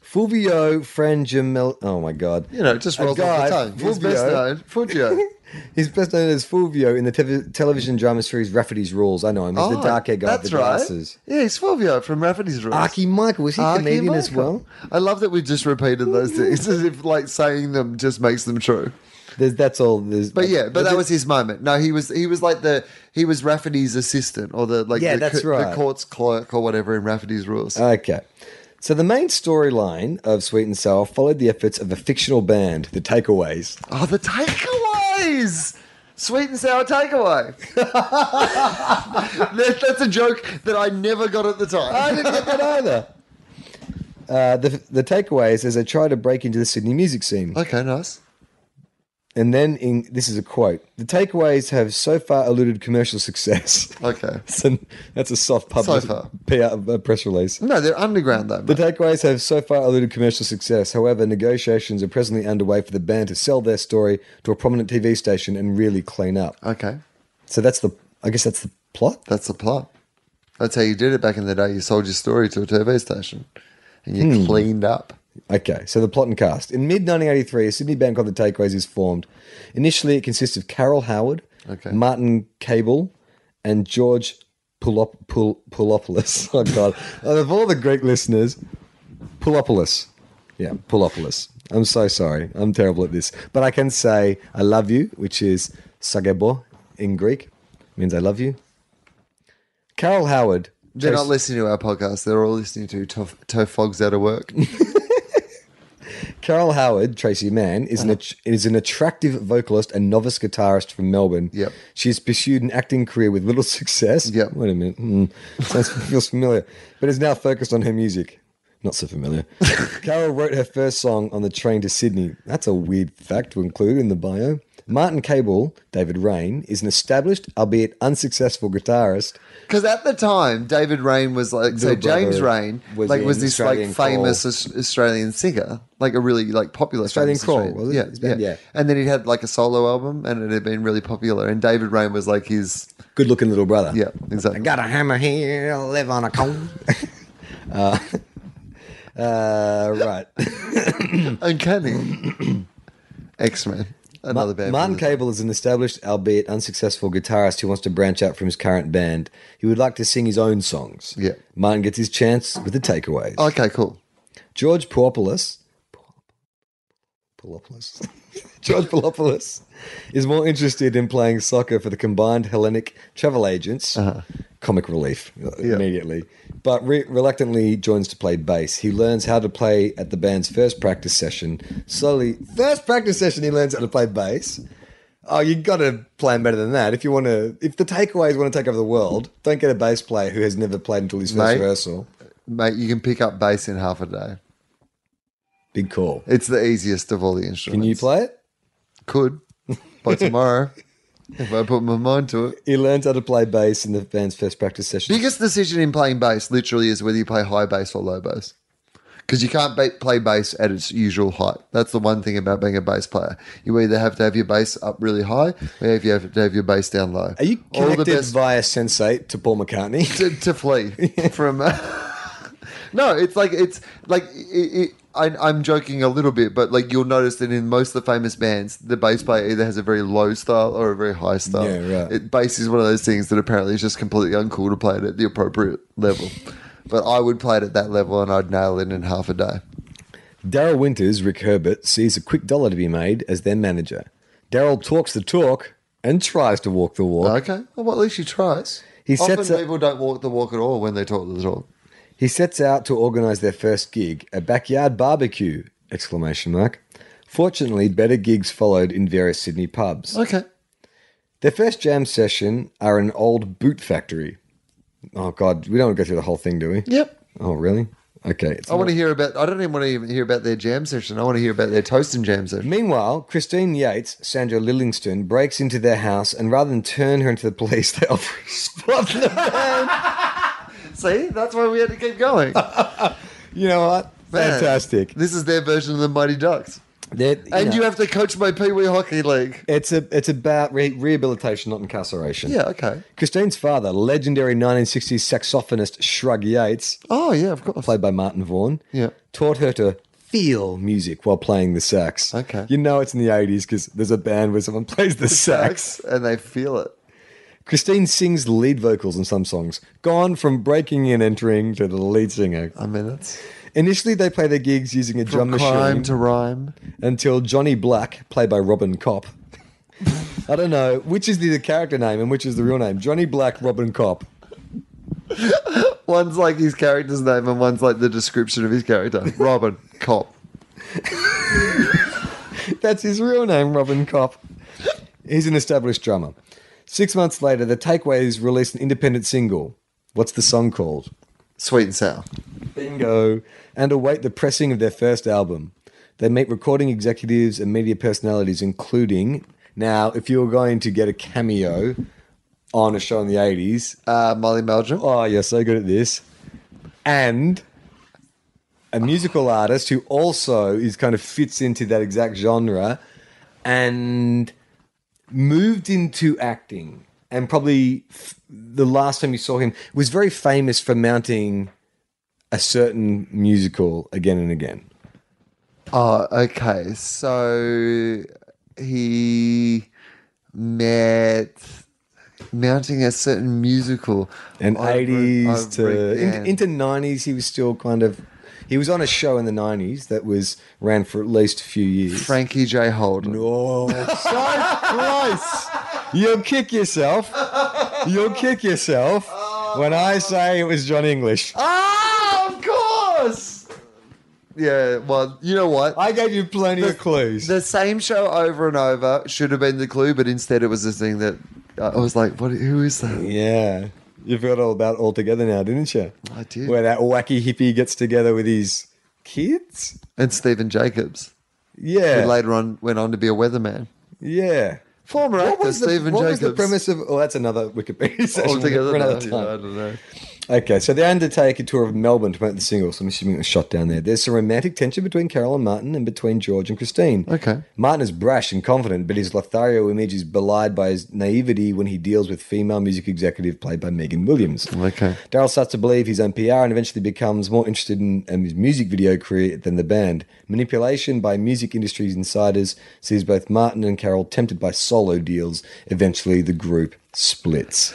Fulvio Frangemel. Oh my God. You know, it just A rolls off guy, the tongue. He's Fulvio. best known. Fulvio. He's best known as Fulvio in the tev- television drama series Rafferty's Rules. I know him. He's the Oh, dark haired guy with That's the right. glasses. Yeah, he's Fulvio from Rafferty's Rules. Archie Michael. Was he a Archie comedian as Michael. well? I love that we just repeated those things as if like saying them just makes them true. There's, that's all. There's, But yeah, but, that the- was his moment. No, he was he was like the he was Rafferty's assistant or the like Yeah, the, that's co- right. the court's clerk or whatever in Rafferty's Rules. Okay. So the main storyline of Sweet and Sour followed the efforts of a fictional band, The Takeaways. Oh, the takeaways! Sweet and sour takeaway. that, that's a joke that I never got at the I time. didn't get that either. Uh, the, the Takeaways as they try to break into the Sydney music scene. Okay, nice. And then, in, this is a quote The Takeaways have so far eluded commercial success. Okay. So that's a soft public So far. PR, uh, press release. No, they're underground though. The mate. takeaways have so far eluded commercial success. However, negotiations are presently underway for the band to sell their story to a prominent TV station and really clean up. okay, So that's the, I guess that's the plot. that's the plot. That's how you did it back in the day. You sold your story to a TV station, and you cleaned up. Okay, so the plot and cast. In mid 1983, a Sydney band called the Takeaways is formed. Initially, it consists of Carol Howard, Okay. Martin Cable, and George Poulop- Poul- Poulopoulos. Oh, God. Out of all the Greek listeners, Poulopoulos. Yeah, Poulopoulos. I'm so sorry. I'm terrible at this. But I can say I love you, which is sagebo in Greek. It means I love you. Carol Howard. They're Tracy- not listening to our podcast. They're all listening to Tof Fog's Out of Work. Carol Howard, Tracy Mann, is Uh-huh. an att- is an attractive vocalist and novice guitarist from Melbourne. Yep. She's pursued an acting career with little success. Yep. Wait a minute. Hmm. Sounds feels familiar, but is now focused on her music. Not so familiar. Carol wrote her first song on the train to Sydney. That's a weird fact to include in the bio. Martin Cable, David Rain, is an established, albeit unsuccessful guitarist. Because at the time, David Rain was like so. brother James Rain was like was in this Australian like famous Aus- Australian singer, like a really like popular Australian famous Crawl, was it? Yeah, His yeah, band? Yeah. And then he had like a solo album, and it had been really popular. And David Rain was like his Good-looking little brother. yeah, exactly. Got a hammer here, live on a cone. uh, uh, right. Uncanny X Men, another band. Martin from the- Cable is an established, albeit unsuccessful, guitarist who wants to branch out from his current band. He would like to sing his own songs. Yeah. Oh, Martin gets his chance with the takeaways. Okay, cool. George Pouopoulos. Pouopoulos. George Pouopoulos is more interested in playing soccer for the combined Hellenic travel agents. Comic relief uh, immediately, but re- reluctantly joins to play bass. He learns how to play at the band's first practice session. Slowly, first practice session, he learns how to play bass. Oh, you got to plan better than that. If you want to, if the takeaways want to take over the world, don't get a bass player who has never played until his first Mate. rehearsal. Mate, you can pick up bass in half a day. Big call. It's the easiest of all the instruments. Can you play it? Could. by tomorrow if I put my mind to it. He learned how to play bass in the band's first practice session. Biggest decision in playing bass literally is whether you play high bass or low bass. Because you can't ba- play bass at its usual height. That's the one thing about being a bass player. You either have to have your bass up really high, or you have to have your bass down low. Are you All the connected best via Sensate to Paul McCartney? to, to flee from. uh, no, it's like it's like it, it, I, I'm joking a little bit, but like you'll notice that in most of the famous bands, the bass player either has a very low style or a very high style. Yeah, right. It, bass is one of those things that apparently is just completely uncool to play it at the appropriate level. But I would play it at that level and I'd nail it in half a day. Daryl Winters, Rick Herbert, sees a quick dollar to be made as their manager. Daryl talks the talk and tries to walk the walk. Okay, well at least she tries. He Uh, Often sets up- people don't walk the walk at all when they talk the talk. He sets out to organize their first gig, a backyard barbecue! Exclamation mark. Fortunately, better gigs followed in various Sydney pubs. Okay, Their first jam session are an old boot factory. Oh God, we don't go through the whole thing, do we? yep. Oh really? Okay. It's I want to hear about. I don't even want to even hear about their jam session. I want to hear about their toast and jam session. Meanwhile, Christine Yates, Sandra Lillingston, breaks into their house and rather than turn her into the police, they offer a spot in the van. See, that's why we had to keep going. You know what? Man, Fantastic. This is their version of the Mighty Ducks. They're- you And know, you have to coach my Pee Wee Hockey League. it's a it's about re- rehabilitation, not incarceration. Yeah, okay. Christine's father, legendary 1960s saxophonist Shrug Yates, Oh, yeah, of course. played by Martin Vaughan, Yeah. taught her to feel music while playing the sax. Okay. You know it's in the 80s because there's a band where someone plays the sax. And they feel it. Christine sings lead vocals in some songs, gone from breaking and entering to the lead singer. I mean, it's Initially, they play their gigs using a drum from crime machine to rhyme. until Johnny Black, played by Robin Copp. I don't know which is the, the character name and which is the real name. Johnny Black, Robin Copp. One's like his character's name, and one's like the description of his character. Robin, cop. That's his real name, Robin Kopp. He's an established drummer. Six months later, the Takeaways released an independent single. What's the song called? Sweet and sour. Bingo. And await the pressing of their first album. They meet recording executives and media personalities, including. Now, if you were going to get a cameo on a show in the 80s, Uh, Molly Meldrum. oh, you're so good at this. And a musical artist who also is kind of fits into that exact genre and moved into acting. And probably f- the last time you saw him was very famous for mounting a certain musical again and again. Oh, okay. So he met mounting a certain musical And over and 80s over to in- again. into 90s, he was still kind of. He was on a show in the 90s that was ran for at least a few years. Frankie J. Holden. Oh, so close. You'll kick yourself. You'll kick yourself when I say it was John English. Ah, of course. Yeah, well, you know what? I gave you plenty of clues. The same show over and over should have been the clue, but instead it was the thing that uh, I was like, "What? Who is that?" yeah. You forgot all about All Together now, didn't you? I did. Where that wacky hippie gets together with his kids? And Stephen Jacobs, Yeah. who later on went on to be a weatherman. yeah. Former What actor was, the, Stephen what was Jacobs. the premise of? Oh, that's another Wikipedia session altogether for now. another Yeah, time. I don't know. Okay, so they undertake a tour of Melbourne to promote the single, so I'm assuming it was shot down there. There's some romantic tension between Carol and Martin and between George and Christine. Okay. Martin is brash and confident, but his Lothario image is belied by his naivety when he deals with female music executive played by Megan Williams. Okay. Daryl starts to believe his own PR and eventually becomes more interested in um, his music video career than the band. Manipulation by music industry's insiders sees both Martin and Carol tempted by solo deals. Eventually, the group splits.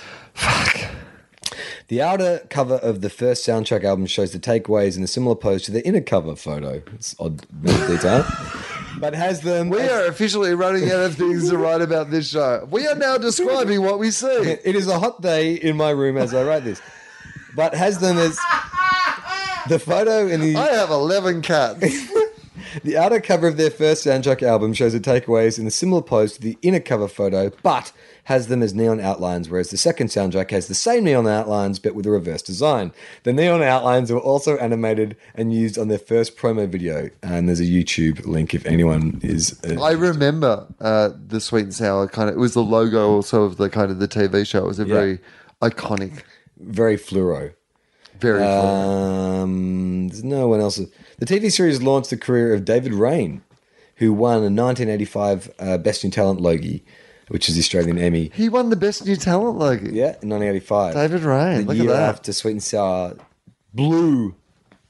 The outer cover of the first soundtrack album shows the takeaways in a similar pose to the inner cover photo. It's odd little detail. but has them. We are officially running out of things to write about this show. We are now describing what we see. It is a hot day in my room as I write this. But has them as. The photo in the. I have eleven cats. The outer cover of their first soundtrack album shows the takeaways in a similar pose to the inner cover photo, but has them as neon outlines, whereas the second soundtrack has the same neon outlines but with a reverse design. The neon outlines were also animated and used on their first promo video, and there's a YouTube link if anyone is. uh, I remember uh, the sweet and sour kind of. It was the logo also of the kind of the TV show. It was a very iconic, very fluoro. very. Uh, fun. Um, there's no one else. The TV series launched the career of David Rain, who won a 1985 uh, Best New Talent Logie, which is the Australian Emmy. He won the best new talent logo. Yeah, in 1985. David Raine, The look at year that. after Sweet and Sour blew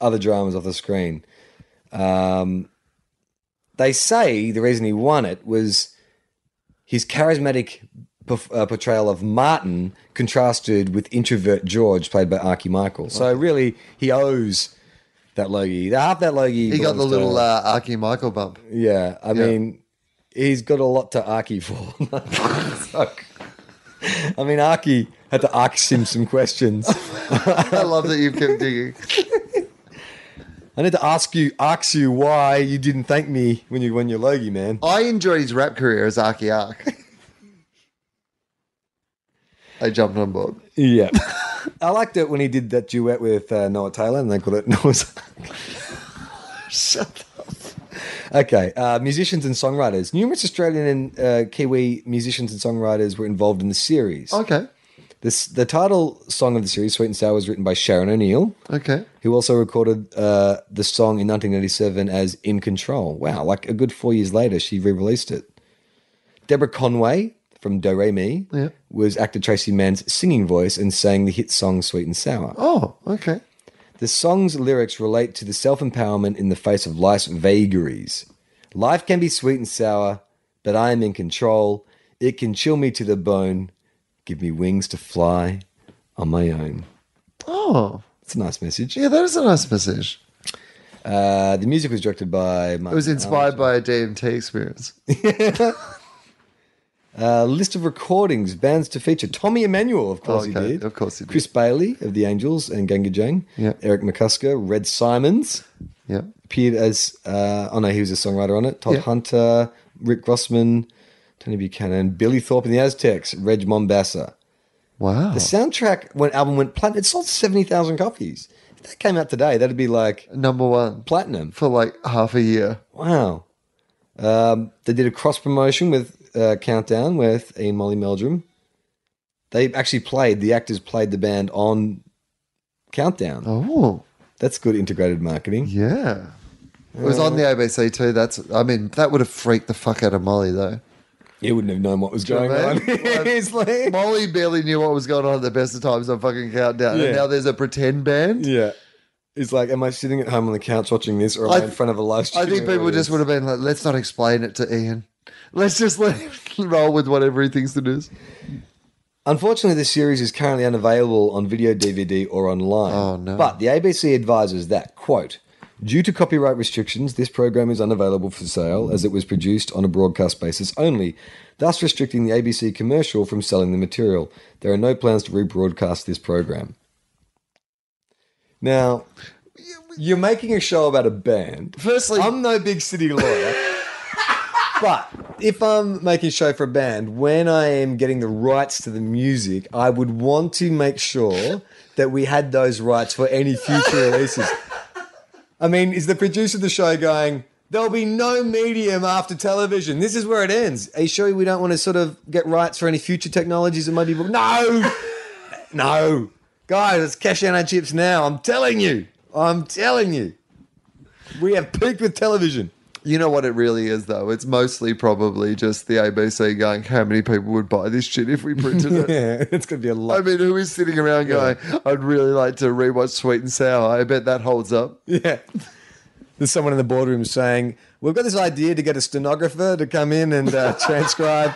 other dramas off the screen. Um, they say the reason he won it was his charismatic perf- uh, portrayal of Martin contrasted with introvert George, played by Archie Michael. So really, he owes that Logie. Half that Logie. He got the belongs to- little uh, Archie Michael bump. yeah, I Yeah. mean, he's got a lot to Aki for. So, I mean, Aki had to ask him some questions. I love that you've kept digging. I need to ask you, ask you why you didn't thank me when you won your Logie, man. I enjoyed his rap career as Archie Ark. I jumped on board. Yeah, I liked it when he did that duet with uh, Noah Taylor, and they called it Noah's. Shut up. Okay, uh, musicians and songwriters. Numerous Australian and uh, Kiwi musicians and songwriters were involved in the series. Okay. This, the title song of the series, Sweet and Sour, was written by Sharon O'Neill, Okay. who also recorded uh, the song in 1987 as In Control. Wow, like a good four years later, she re released it. Deborah Conway from Do Re Mi Yeah. was actor Tracy Mann's singing voice and sang the hit song Sweet and Sour. Oh, okay. The song's lyrics relate to the self empowerment in the face of life's vagaries. Life can be sweet and sour, but I am in control. It can chill me to the bone, give me wings to fly on my own. Oh, It's a nice message. yeah, that is a nice message. Uh, the music was directed by. Mark It was inspired by a DMT experience. A list of recordings, bands to feature. Tommy Emmanuel, of course Okay, he did. of course he did. Chris Bailey of The Angels and Ganga Jang. Yeah. Eric McCusker, Red Simons. Yeah. appeared as uh, oh no, he was a songwriter on it. Todd Yeah. Hunter, Rick Grossman, Tony Buchanan, Billy Thorpe and the Aztecs, Reg Mombassa. Wow. The soundtrack when album went platinum, it sold seventy thousand copies. If that came out today, that'd be like Number one platinum. for like half a year. Wow. Um, they did a cross promotion with uh, Countdown with Ian Molly Meldrum. They actually played the actors played the band on Countdown. Oh, That's good integrated marketing. yeah. It was on the ABC too. That's, I mean, that would have freaked the fuck out of Molly though. You wouldn't have known what was going know on. what I mean? It's like- Molly barely knew what was going on at the best of times on fucking Countdown. Yeah. And now there's a pretend band. Yeah. It's like, am I sitting at home on the couch watching this or am I, I in th- front of a live I stream? think people just would have been like, let's not explain it to Ian. Let's just let him roll with whatever he thinks it is. Unfortunately, this series is currently unavailable on video, DVD, or online. Oh, no. But the ABC advises that, quote, due to copyright restrictions, this program is unavailable for sale as it was produced on a broadcast basis only, thus restricting the ABC commercial from selling the material. There are no plans to rebroadcast this program. Now, you're making a show about a band. Firstly, I'm no big city lawyer. but if I'm making a show for a band, when I am getting the rights to the music, I would want to make sure that we had those rights for any future releases. I mean, is the producer of the show going, there'll be no medium after television. This is where it ends. Are you sure we don't want to sort of get rights for any future technologies that might be booked? No! no. Guys, let's cash in our chips now. I'm telling you. I'm telling you. We have peaked with television. you know what it really is, though? It's mostly probably just the ABC going, how many people would buy this shit if we printed it? Yeah, it's going to be a lot. I mean, who is sitting around going, I'd really like to rewatch Sweet and Sour? I bet that holds up. yeah. There's someone in the boardroom saying, We've got this idea to get a stenographer to come in and uh, transcribe.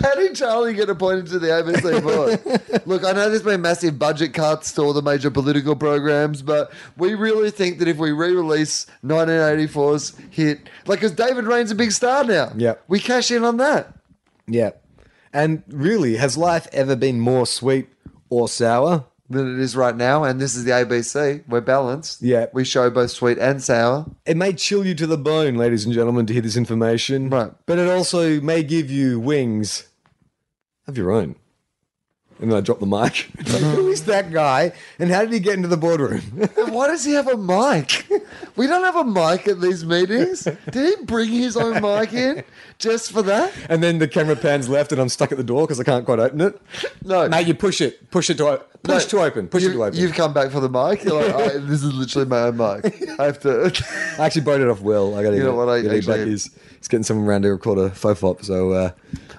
How did Charlie get appointed to the ABC board? Look, I know there's been massive budget cuts to all the major political programs, but we really think that if we re-release 1984's hit, like, because David Rain's a big star now. Yeah. We cash in on that. yeah. And really, has life ever been more sweet or sour? than it is right now. And this is the ABC. We're balanced. Yeah. We show both sweet and sour. It may chill you to the bone, ladies and gentlemen, to hear this information. Right. But it also may give you wings of your own. And then I dropped the mic. Who is that guy? And how did he get into the boardroom? And why does he have a mic? We don't have a mic at these meetings. Did he bring his own mic in just for that? and then the camera pans left and I'm stuck at the door because I can't quite open it. No. Mate, you push it. Push it to open. Push to open. Push you, it to open. You've come back for the mic. You're like, "I- this is literally my own mic. I have to. I actually bought it off Will. I got to You know what, I actually- He's, he's getting someone around to record a fofop. So, uh,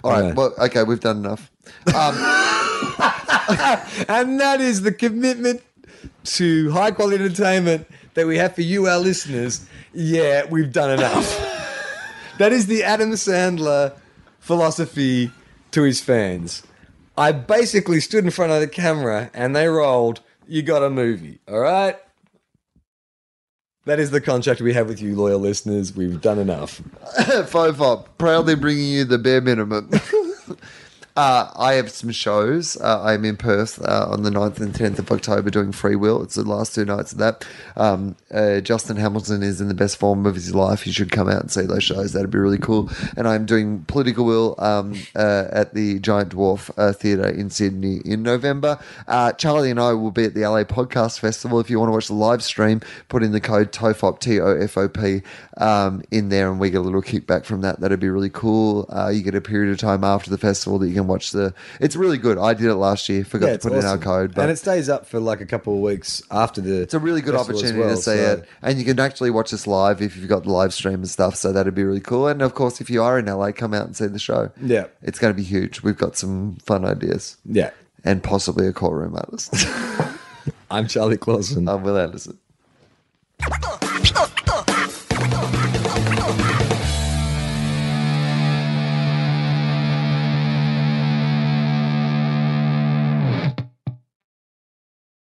All yeah. right. Well, okay, we've done enough. and that is the commitment to high quality entertainment that we have for you, our listeners. Yeah, we've done enough. that is the Adam Sandler philosophy to his fans. I basically stood in front of the camera and they rolled, you got a movie, all right? That is the contract we have with you, loyal listeners. We've done enough. Fofop, proudly bringing you the bare minimum. uh, I have some shows. Uh, I'm in Perth uh, on the 9th and 10th of October doing Free Will. It's the last two nights of that. Um, uh, Justin Hamilton is in the best form of his life. You should come out and see those shows. That'd be really cool. And I'm doing Political Will um, uh, at the Giant Dwarf uh, Theatre in Sydney in November. Uh, Charlie and I will be at the LA Podcast Festival. If you want to watch the live stream, put in the code TOFOP, T O F O P, um, in there and we get a little kickback from that. That'd be really cool. Uh, you get a period of time after the festival that you can watch the. It's really good. I did it last year, forgot to it's put in our awesome. code. But and it stays up for like a couple of weeks after the. it's a really good opportunity to see it. And you can actually watch us live if you've got the live stream and stuff. So that'd be really cool. And of course, if you are in LA, come out and see the show. Yeah. It's going to be huge. We've got some fun ideas Yeah. and possibly a core room artist. I'm Charlie Clausen. I'm Will Anderson. Bye.